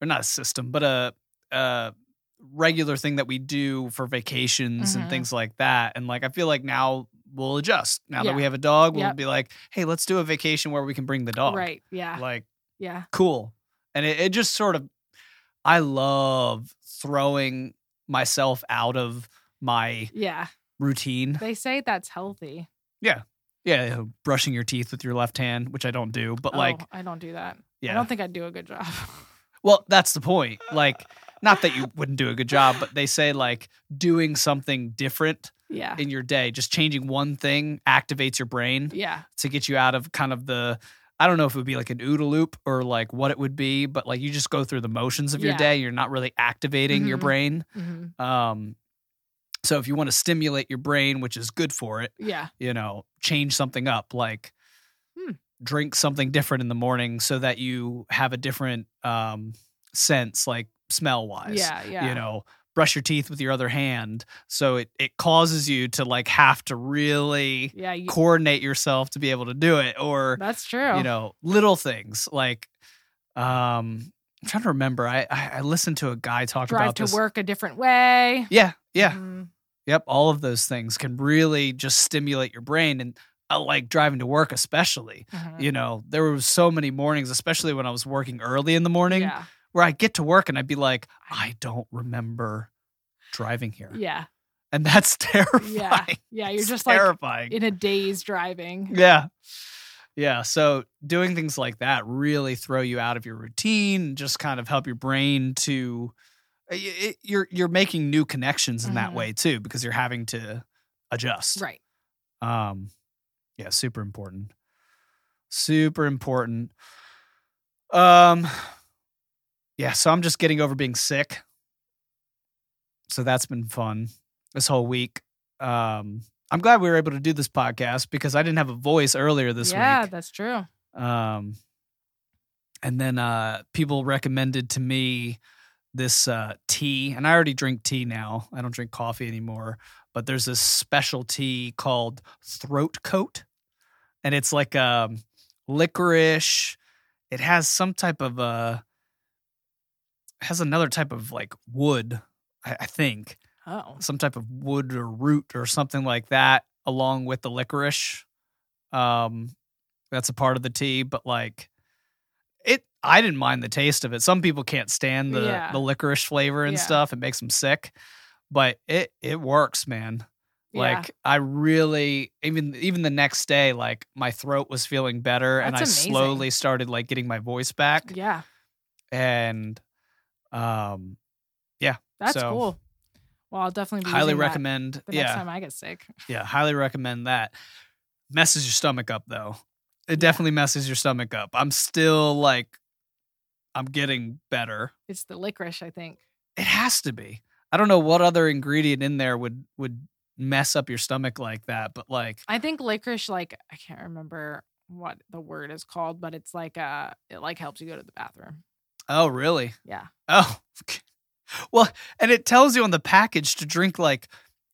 or not a system, but a a regular thing that we do for vacations and Mhm. things like that. And like I feel like now we'll adjust. Now that Yeah. we have a dog, we'll Yep. be like, hey, let's do a vacation where we can bring the dog. Right? Yeah. Oh. Like yeah. cool. And it, it just sort of, I love throwing myself out of my Yeah. routine. They say that's healthy. Yeah, brushing your teeth with your left hand, which I don't do, but Oh, like, I don't do that. I yeah. don't think I'd do a good job. Well, that's the point. Like, not that you wouldn't do a good job, but they say like doing something different yeah. in your day, just changing one thing activates your brain Yeah. to get you out of kind of the I don't know if it would be like an OODA loop or like what it would be, but like you just go through the motions of your Yeah. day. You're not really activating your Mhm. brain. hmm Um, so if you want to stimulate your brain, which is good for it, Yeah. you know, change something up, like Hmm. drink something different in the morning so that you have a different um, sense, like smell wise. Yeah. Yeah. You know, brush your teeth with your other hand. So it, it causes you to like have to really Yeah. You, coordinate yourself to be able to do it or, that's true. you know, little things like, um, I'm trying to remember. I I, I listened to a guy talk Drive about to this. work a different way. Yeah, yeah, Mm, yep. All of those things can really just stimulate your brain, and I like driving to work, especially. mhm. You know, there were so many mornings, especially when I was working early in the morning, Yeah. where I get to work and I'd be like, I don't remember driving here, Yeah. and that's terrifying. Yeah. Yeah. You're It's just like terrifying. in a daze driving. Yeah. Yeah. So doing things like that really throw you out of your routine, just kind of help your brain to it- it- you're you're making new connections in that Mhm. way too, because you're having to adjust. Right. Um yeah, super important. Super important. Um yeah, so I'm just getting over being sick. So that's been fun this whole week. Um I'm glad we were able to do this podcast because I didn't have a voice earlier this yeah, week. that's true. Um and then uh people recommended to me this uh tea and I already drink tea now. I don't drink coffee anymore, but there's this special tea called Throat Coat and it's like um licorice. It has some type of uh has another type of like wood, I, I think Oh. some type of wood or root or something like that along with the licorice um that's a part of the tea but like it i didn't mind the taste of it some people can't stand the Yeah. the licorice flavor and Yeah. stuff it makes them sick but it it works man Yeah. like i really even even the next day like my throat was feeling better and i That's amazing. slowly started like getting my voice back Yeah. and um That's So- cool. Well, I'll definitely be highly using that recommend the next yeah time I get sick. Yeah, highly recommend that. Messes your stomach up though. It definitely messes your stomach up. I'm still like I'm getting better. It's the licorice, I think. It has to be. I don't know what other ingredient in there would would mess up your stomach like that, but like I think licorice, like I can't remember what the word is called, but it's like uh it like helps you go to the bathroom. oh really? Yeah. Oh. Well, and it tells you on the package to drink like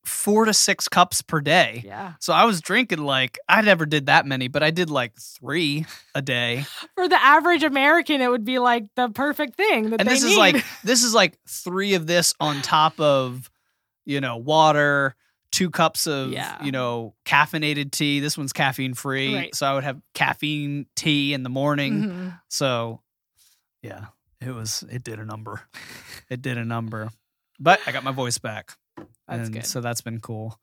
4 to 6 cups per day. Yeah. So I was drinking like I never did that many, but I did like 3 a day. For the average American, it would be like the perfect thing that and they this need. is like this is like three of this on top of you know water two cups of Yeah. you know caffeinated tea this one's caffeine free Right. so i would have caffeine tea in the morning Mhm. so yeah it was it did a number it did a number but i got my voice back That's and good. so that's been cool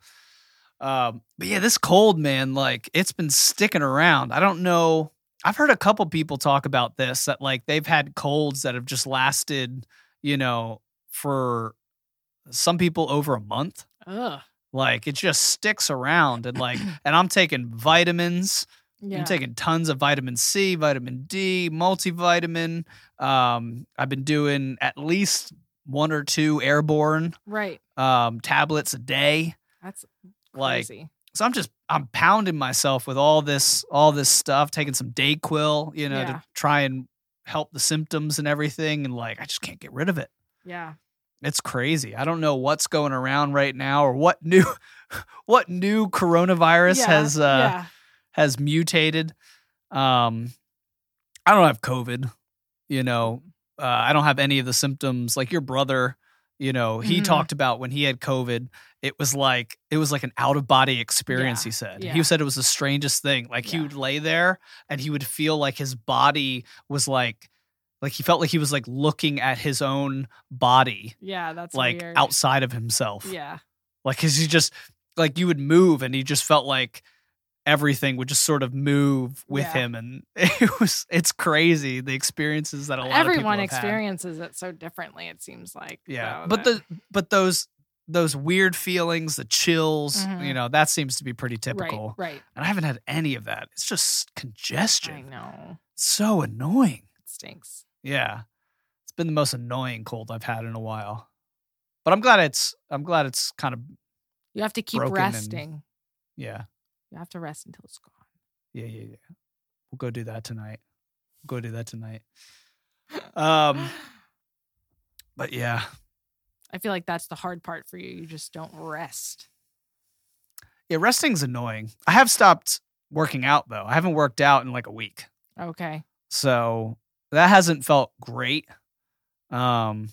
um but yeah this cold man like it's been sticking around i don't know i've heard a couple people talk about this that like they've had colds that have just lasted you know for some people over a month Ugh. like it just sticks around and like and i'm taking vitamins Yeah. I'm taking tons of vitamin C, vitamin D, multivitamin. Um, I've been doing at least one or two airborne right. um, tablets a day. That's Like, crazy. so I'm just I'm pounding myself with all this all this stuff, taking some Dayquil, you know, Yeah. to try and help the symptoms and everything. And like, I just can't get rid of it. yeah. It's crazy. I don't know what's going around right now or what new what new coronavirus Yeah. has uh, yeah. has mutated. Um, I don't have COVID. You know, uh, I don't have any of the symptoms. Like your brother, you know, he Mhm. talked about when he had COVID. It was like it was like an out of body experience. Yeah, He said yeah. he said it was the strangest thing. Like he Yeah. would lay there and he would feel like his body was like like he felt like he was like looking at his own body Yeah, that's like weird. outside of himself Yeah, like because you just like you would move and he just felt like everything would just sort of move with Yeah. him and it was it's crazy the experiences that a lot everyone of people have had. experiences it so differently. It seems like yeah though, but that- the but those those weird feelings the chills Mhm. you know that seems to be pretty typical Right, and i haven't had any of that it's just right. I congestion know so annoying it stinks. yeah it's been the most annoying cold i've had in a while but i'm glad it's i'm glad it's kind of You have to keep Broken and- resting. yeah You have to rest until it's gone. Yeah, yeah, yeah. We'll go do that tonight. We'll go do that tonight. Um, but yeah, I feel like that's the hard part for you. You just don't rest. yeah, resting's annoying. I have stopped working out though. I haven't worked out in like a week, Okay. so that hasn't felt great. Um,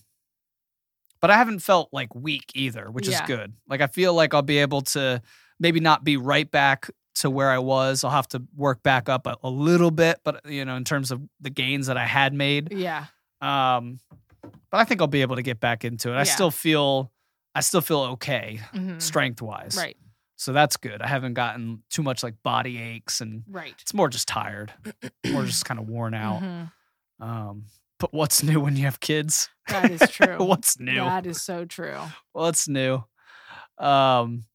but I haven't felt like weak either, which Yeah. is good. Like I feel like I'll be able to maybe not be right back to where I was. I'll have to work back up a, a little bit, but you know, in terms of the gains that I had made. Yeah. Um, but I think I'll be able to get back into it. I Yeah. still feel, I still feel okay Mhm. strength wise. Right. So that's good. I haven't gotten too much like body aches and Right. it's more just tired, more just kind of worn out. Mhm. Um, but what's new when you have kids? That is true. What's new? That is so true. What's new? Um,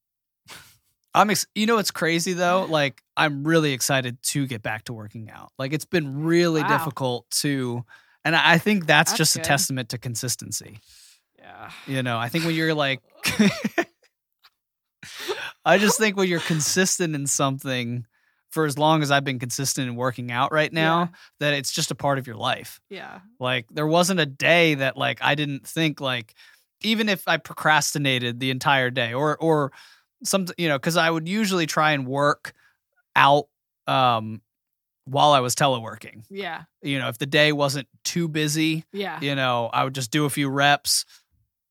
I'm ex- you know it's crazy though. Like I'm really excited to get back to working out. Like it's been really Wow. difficult to, and I I think that's, That's just good. a testament to consistency. Yeah. You know, I think when you're like, I just think when you're consistent in something for as long as I've been consistent in working out right now, that it's just a part of your life. Yeah. Like there wasn't a day that like I didn't think like even if I procrastinated the entire day or or some you know cuz I would usually try and work out um while I was teleworking. Yeah. You know, if the day wasn't too busy, Yeah. you know, I would just do a few reps,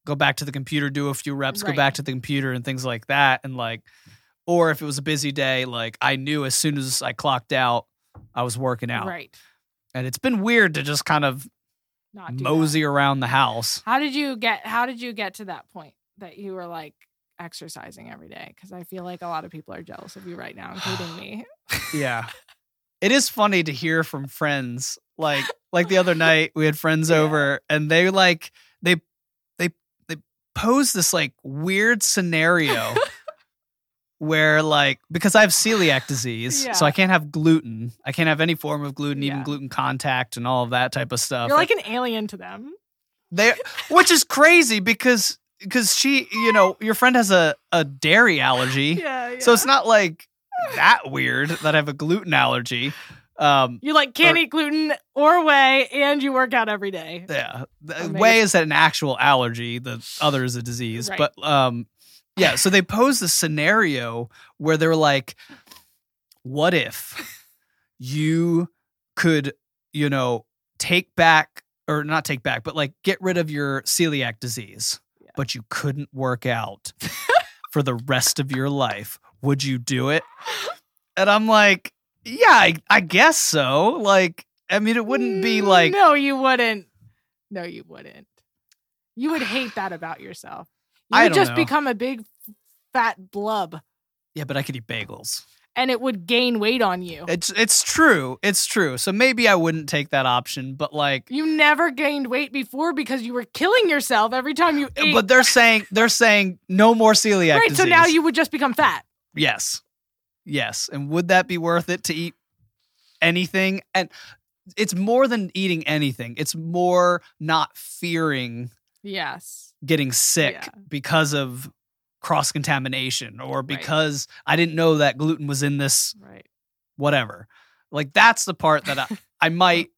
go back to the computer, do a few reps, Right. go back to the computer and things like that and like or if it was a busy day, like I knew as soon as I clocked out I was working out. Right. And it's been weird to just kind of Not do that. mosey around the house. How did you get how did you get to that point that you were like exercising every day? Because I feel like a lot of people are jealous of you right now, including me. Yeah. It is funny to hear from friends. Like like the other night we had friends Yeah. over and they like they they they pose this like weird scenario where like because I have celiac disease, so Yeah. I can't have gluten. I can't have any form of gluten, even Yeah. gluten contact and all of that type of stuff. You're like an alien to them. They, which is crazy because because she, you know, your friend has a a dairy allergy, Yeah. so it's not like that weird that I have a gluten allergy. Um, you like can't or- eat gluten or whey and you work out every day. yeah, the Amazing. way is an actual allergy. The other is a disease, Right. but um, yeah. So they pose this scenario where they're like, "What if you could, you know, take back or not take back, but like get rid of your celiac disease, Yeah. but you couldn't work out for the rest of your life? Would you do it?" And I'm like, "Yeah, I, I guess so." Like, I mean, it wouldn't be like. No, you wouldn't. No, you wouldn't. You would hate that about yourself. You I would don't just know. become a big fat blub Yeah, but I could eat bagels. and it would gain weight on you. Oh. It's it's true. It's true. So maybe I wouldn't take that option, but like You never gained weight before because you were killing yourself every time you ate. eh, but they're saying they're saying no more celiac right, disease. so now you would just become fat. Yes. Yes. And would that be worth it to eat anything? And it's more than eating anything. It's more not fearing Yes. getting sick Yeah. because of cross contamination or because I didn't know that gluten was in this Right. whatever. Like that's the part that I, I might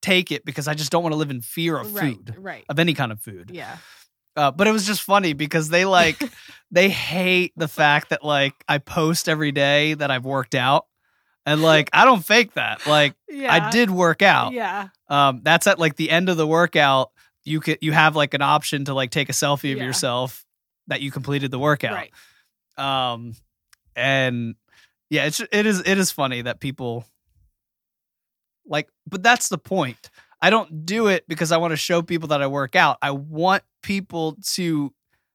take it because I just don't want to live in fear of right. food Right. of any kind of food. Yeah. Uh, but it was just funny because they like they hate the fact that like I post every day that I've worked out. And like I don't fake that. Like Yeah. I did work out. Yeah. Um that's at like the end of the workout, you could you have like an option to like take a selfie of Yeah. yourself that you completed the workout Right. um and yeah it's it is it is funny that people like but that's the point i don't do it because i want to show people that i work out i want people to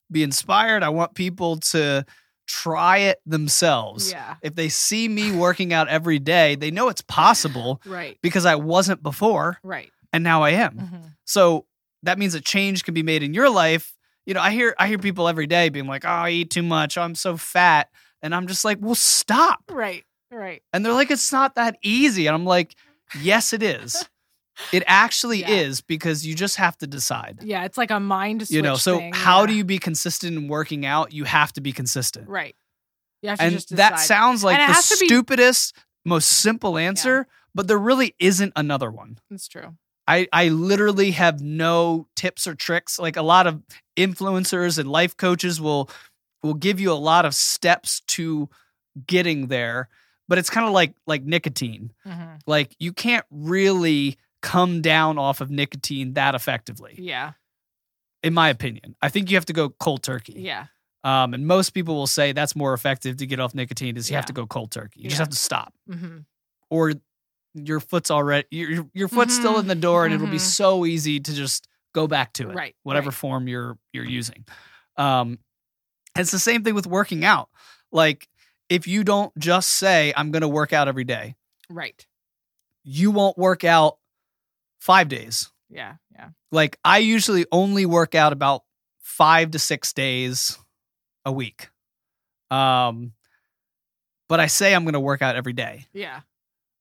be inspired i want people to try it themselves Yeah. if they see me working out every day they know it's possible Right. because i wasn't before Right. and now i am Mhm. so that means a change can be made in your life. You know, I hear I hear people every day being like, "Oh, I eat too much. Oh, I'm so fat." And I'm just like, "Well, stop." Right. Right. And they're like, "It's not that easy." And I'm like, "Yes, it is. It actually Yeah. is because you just have to decide." Yeah. It's like a mind switch. You know, so thing, how yeah. do you be consistent in working out? You have to be consistent. Right. You have to And just that decide. sounds like And it the has to be- stupidest, most simple answer, but there really isn't another one. That's true. I, I literally have no tips or tricks. Like a lot of influencers and life coaches will will give you a lot of steps to getting there, but it's kind of like like nicotine. Mhm. Like you can't really come down off of nicotine that effectively, Yeah. in my opinion. I think you have to go cold turkey. Yeah. Um, and most people will say that's more effective to get off nicotine is you have Yeah. to go cold turkey. You just Yeah. have to stop, Mm-hmm. or your foot's already your your- your foot's still in the door, and it'll be Mhm. so easy to just go back to it, Right, Whatever right. form you're you're using. Um, it's the same thing with working out. Like if you don't just say I'm going to work out every day, Right. you won't work out five days. Yeah. Yeah. Like I usually only work out about five to six days a week. Um, but I say I'm going to work out every day. Yeah.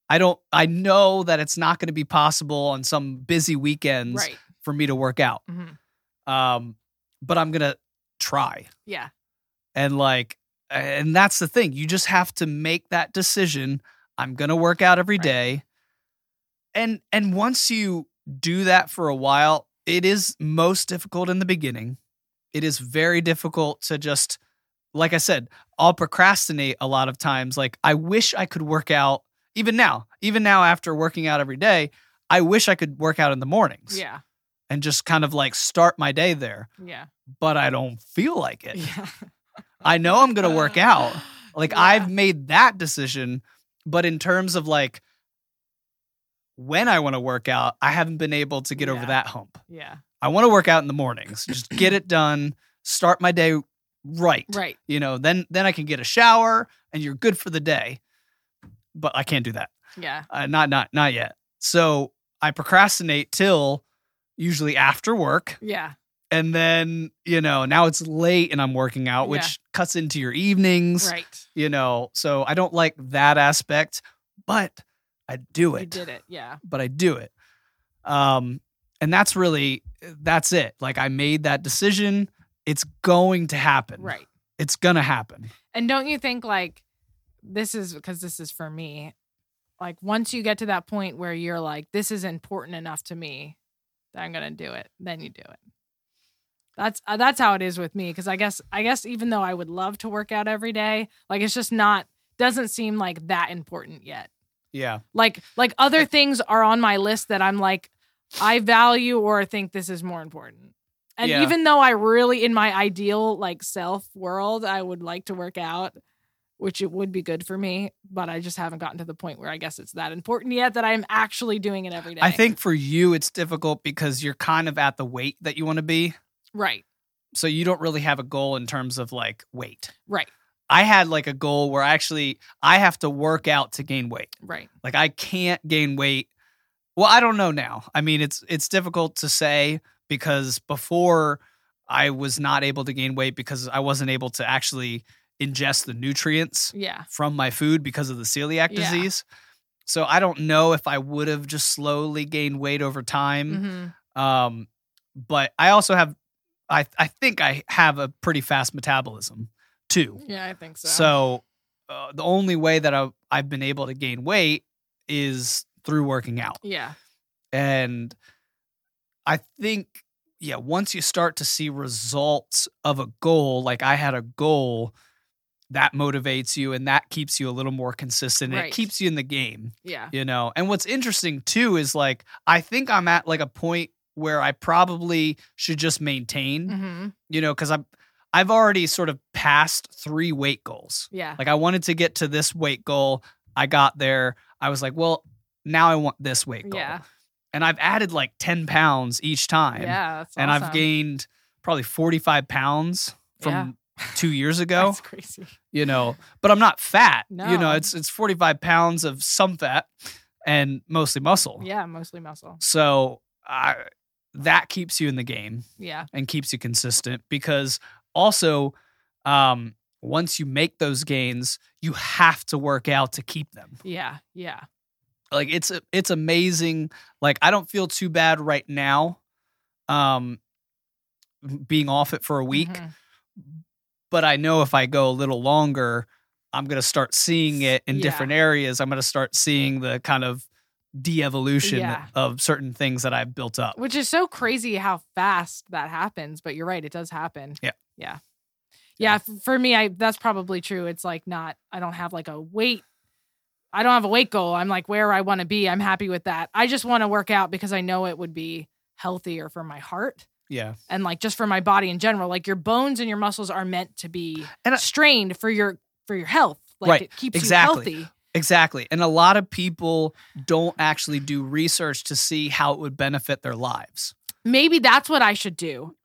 I don't. I know that it's not going to be possible on some busy weekends Right. for me to work out. Mhm. Um, but I'm going to try. Yeah. And like, and that's the thing. You just have to make that decision. I'm going to work out every Right. day. And and once you do that for a while, it is most difficult in the beginning. It is very difficult to just like I said, I'll procrastinate a lot of times. Like I wish I could work out even now. Even now after working out every day, I wish I could work out in the mornings Yeah. and just kind of like start my day there, Yeah. but I don't feel like it. Yeah. I know I'm going to work out. Like Yeah. I've made that decision, but in terms of like when I want to work out, I haven't been able to get over Yeah. that hump. Yeah. I want to work out in the mornings. Just get it done, start my day right. Right. You know, then then I can get a shower and you're good for the day. But I can't do that. Yeah. Uh, not not not yet. So I procrastinate till usually after work Yeah. and then, you know, now it's late and I'm working out, which cuts into your evenings Right. you know so i don't like that aspect but i do You it did it. Yeah. but i do it um and that's really that's it like i made that decision it's going to happen Right. it's gonna happen And don't you think like this is because this is for me? Like once you get to that point where you're like, this is important enough to me that I'm gonna do it, then you do it. That's uh, that's how it is with me because I guess I guess even though I would love to work out every day, like it's just not doesn't seem like that important yet. yeah Like like other things are on my list that I'm like I value or think this is more important. And Yeah. even though I really in my ideal like self world I would like to work out, which it would be good for me, but I just haven't gotten to the point where I guess it's that important yet that I'm actually doing it every day. i think for you it's difficult because you're kind of at the weight that you want to be right. so you don't really have a goal in terms of like weight Right. i had like a goal where I actually i have to work out to gain weight Right. Like I can't gain weight. Well, I don't know now. I mean, it's it's difficult to say because before I was not able to gain weight because I wasn't able to actually ingest the nutrients Yeah. from my food because of the celiac Yeah. disease. So I don't know if I would have just slowly gained weight over time. hmm Um, but I also have I I think I have a pretty fast metabolism too. Mm-hmm. Yeah, I think so. So uh, the only way that I've, I've been able to gain weight is through working out. yeah. And I think, yeah, once you start to see results of a goal, like I had a goal, that motivates you and that keeps you a little more consistent. It Right. keeps you in the game, Yeah. you know? And what's interesting too is like, I think I'm at like a point where I probably should just maintain, hmm you know, because I'm, I've already sort of passed three weight goals. Yeah. Like I wanted to get to this weight goal. I got there. I was like, well, now I want this weight goal. Yeah. And I've added like 10 pounds each time. Yeah. That's and I've awesome. gained probably 45 pounds from two years ago, That's crazy. you know, but I'm not fat. You know, No. it's it's 45 pounds of some fat and mostly muscle. Yeah, mostly muscle. So I, that keeps you in the game Yeah. and keeps you consistent because also um, once you make those gains you have to work out to keep them Yeah. Yeah. like it's it's amazing like i don't feel too bad right now um being off it for a week Mhm. but i know if i go a little longer i'm going to start seeing it in Yeah. different areas i'm going to start seeing the kind of de-evolution Yeah. of certain things that i've built up Which is so crazy how fast that happens, but you're right, it does happen. Yeah. Yeah. Yeah, f- for me I that's probably true. It's like not I don't have like a weight I don't have a weight goal. I'm like where I want to be. I'm happy with that. I just want to work out because I know it would be healthier for my heart Yeah. and like just for my body in general. Like your bones and your muscles are meant to be And I- strained for your for your health. Like Right. it keeps Exactly. you healthy. Exactly. And a lot of people don't actually do research to see how it would benefit their lives. Maybe that's what I should do.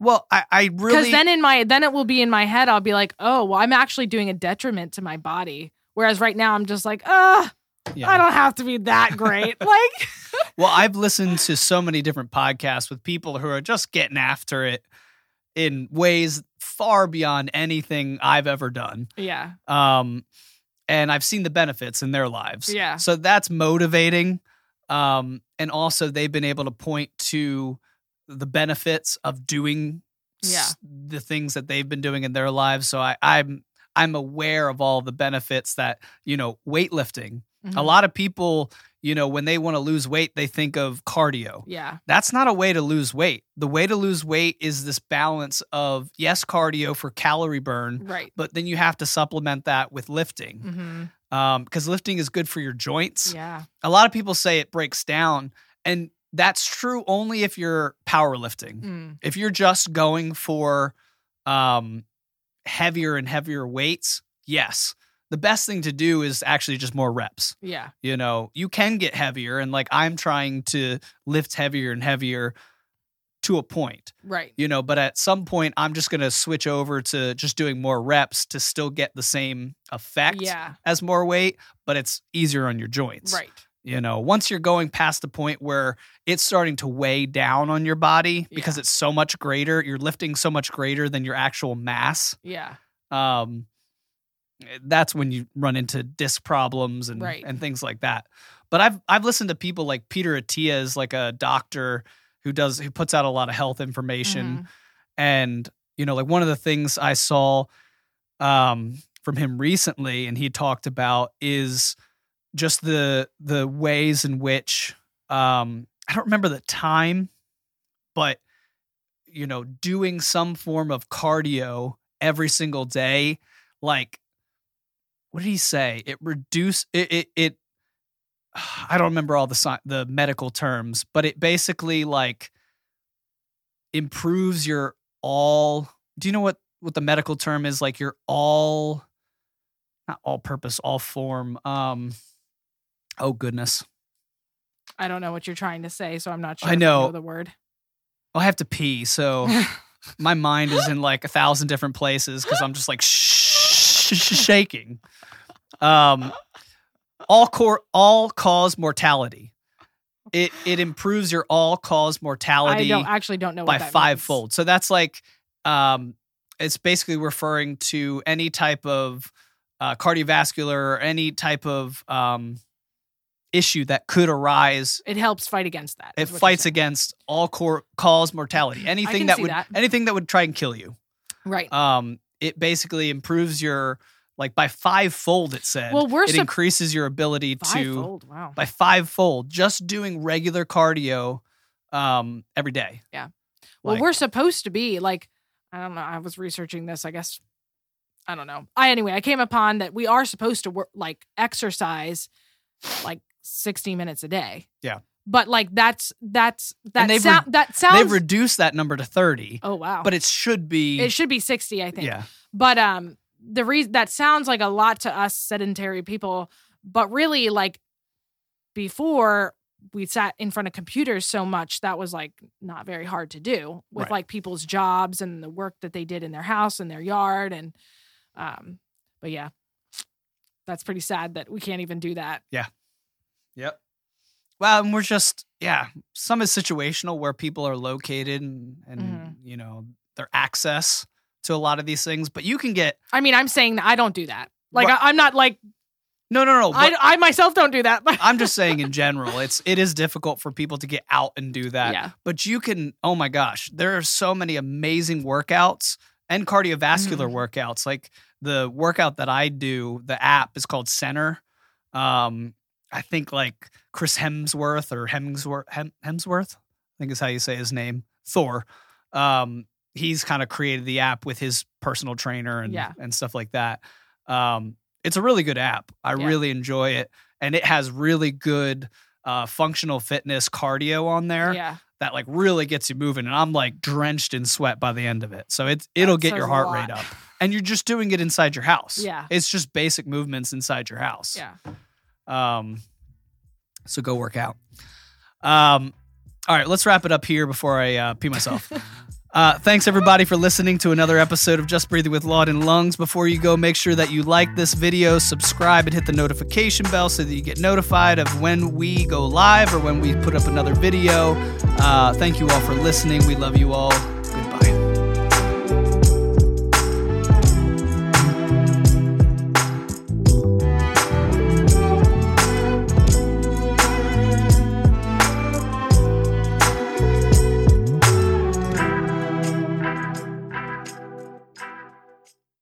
Well, I, I Because really then in my then it will be in my head. I'll be like, oh, well, I'm actually doing a detriment to my body. Whereas right now I'm just like, ah, Yeah. I don't have to be that great. like Well, I've listened to so many different podcasts with people who are just getting after it in ways far beyond anything I've ever done. Yeah. Um, and I've seen the benefits in their lives. Yeah. So that's motivating. Um, and also, they've been able to point to the benefits of doing s- the things that they've been doing in their lives. So I, I'm I'm aware of all the benefits that you know weightlifting. A Mhm. lot of people, you know, when they want to lose weight, they think of cardio. Yeah. That's not a way to lose weight. The way to lose weight is this balance of yes, cardio for calorie burn, Right. but then you have to supplement that with lifting hmm because lifting is good for your joints. Yeah. A lot of people say it breaks down, and that's true only if you're powerlifting Mm. if you're just going for um heavier and heavier weights yes the best thing to do is actually just more reps Yeah. you know you can get heavier and like i'm trying to lift heavier and heavier to a point Right. you know but at some point i'm just going to switch over to just doing more reps to still get the same effect Yeah. as more weight but it's easier on your joints Right. you know, once you're going past the point where it's starting to weigh down on your body because Yeah. it's so much greater, you're lifting so much greater than your actual mass. Yeah. Um, eh, that's when you run into disc problems and Right. and things like that. But I've I've listened to people like Peter Attia is like a doctor who does who puts out a lot of health information Mhm. and you know like one of the things i saw um from him recently and he talked about is just the the ways in which um i don't remember the time but you know doing some form of cardio every single day like what did he say it reduce it it, it i don't remember all the sci- the medical terms but it basically like improves your all do you know what what the medical term is like your all not all purpose all form um oh goodness I don't know what you're trying to say, so I'm not sure. I if know. the word. Oh, i have to pee so my mind is in like a thousand different places because i'm just like sh- shaking um all core all cause mortality it it improves your all cause I mortality don't actually don't know by what that means. fivefold. So that's like, um, it's basically referring to any type of uh, cardiovascular or any type of um, issue that could arise. It helps fight against that. It is what you're fights saying. against all cor- cause mortality. Anything can that see would that. anything that would try and kill you. Right. Um, it basically improves your like by fivefold. It said. Well, we're it sup- increases your ability to fivefold. Wow. by fivefold just doing regular cardio um, every day. Yeah. well, Like- we're supposed to be like, I don't know. I was researching this. I guess I don't know. I anyway, I came upon that we are supposed to work like exercise, like sixty minutes a day. Yeah. But like that's that's that they've sound that sounds. They've reduced that number to 30, oh wow. but it should be. it should be sixty, I think. yeah. But um, the reason that sounds like a lot to us sedentary people, but really, like before we sat in front of computers so much, that was like not very hard to do with Right. like people's jobs and the work that they did in their house and their yard. And, um, but yeah, that's pretty sad that we can't even do that. Yep. Well, and we're just, yeah, some is situational where people are located and, and Mhm. you know, their access to a lot of these things, but you can get. I mean, I'm saying that I don't do that. Like, Right. I, I'm not like, No, no, no. I, but I myself don't do that. But I'm just saying in general, it's it is difficult for people to get out and do that. yeah. But you can, oh my gosh, there are so many amazing workouts and Mm. cardiovascular workouts. Like the workout that I do, the app is called Center. Um, I think like Chris Hemsworth or Hemsworth, Hem, Hemsworth, I think is how you say his name, Thor. Um, he's kind of created the app with his personal trainer and Yeah. and stuff like that. Um, it's a really good app. I Yeah. really enjoy it, and it has really good uh, functional fitness cardio on there Yeah. that like really gets you moving. And I'm like drenched in sweat by the end of it, so it's it'll That get your says a heart lot. rate up. And you're just doing it inside your house. Yeah. it's just basic movements inside your house. Yeah. Um, so go work out. Um, all right, let's wrap it up here before I uh, pee myself. Uh, thanks everybody for listening to another episode of Just Breathing with Laud and Lungs. Before you go, make sure that you like this video, subscribe, and hit the notification bell so that you get notified of when we go live or when we put up another video. Uh, thank you all for listening. We love you all.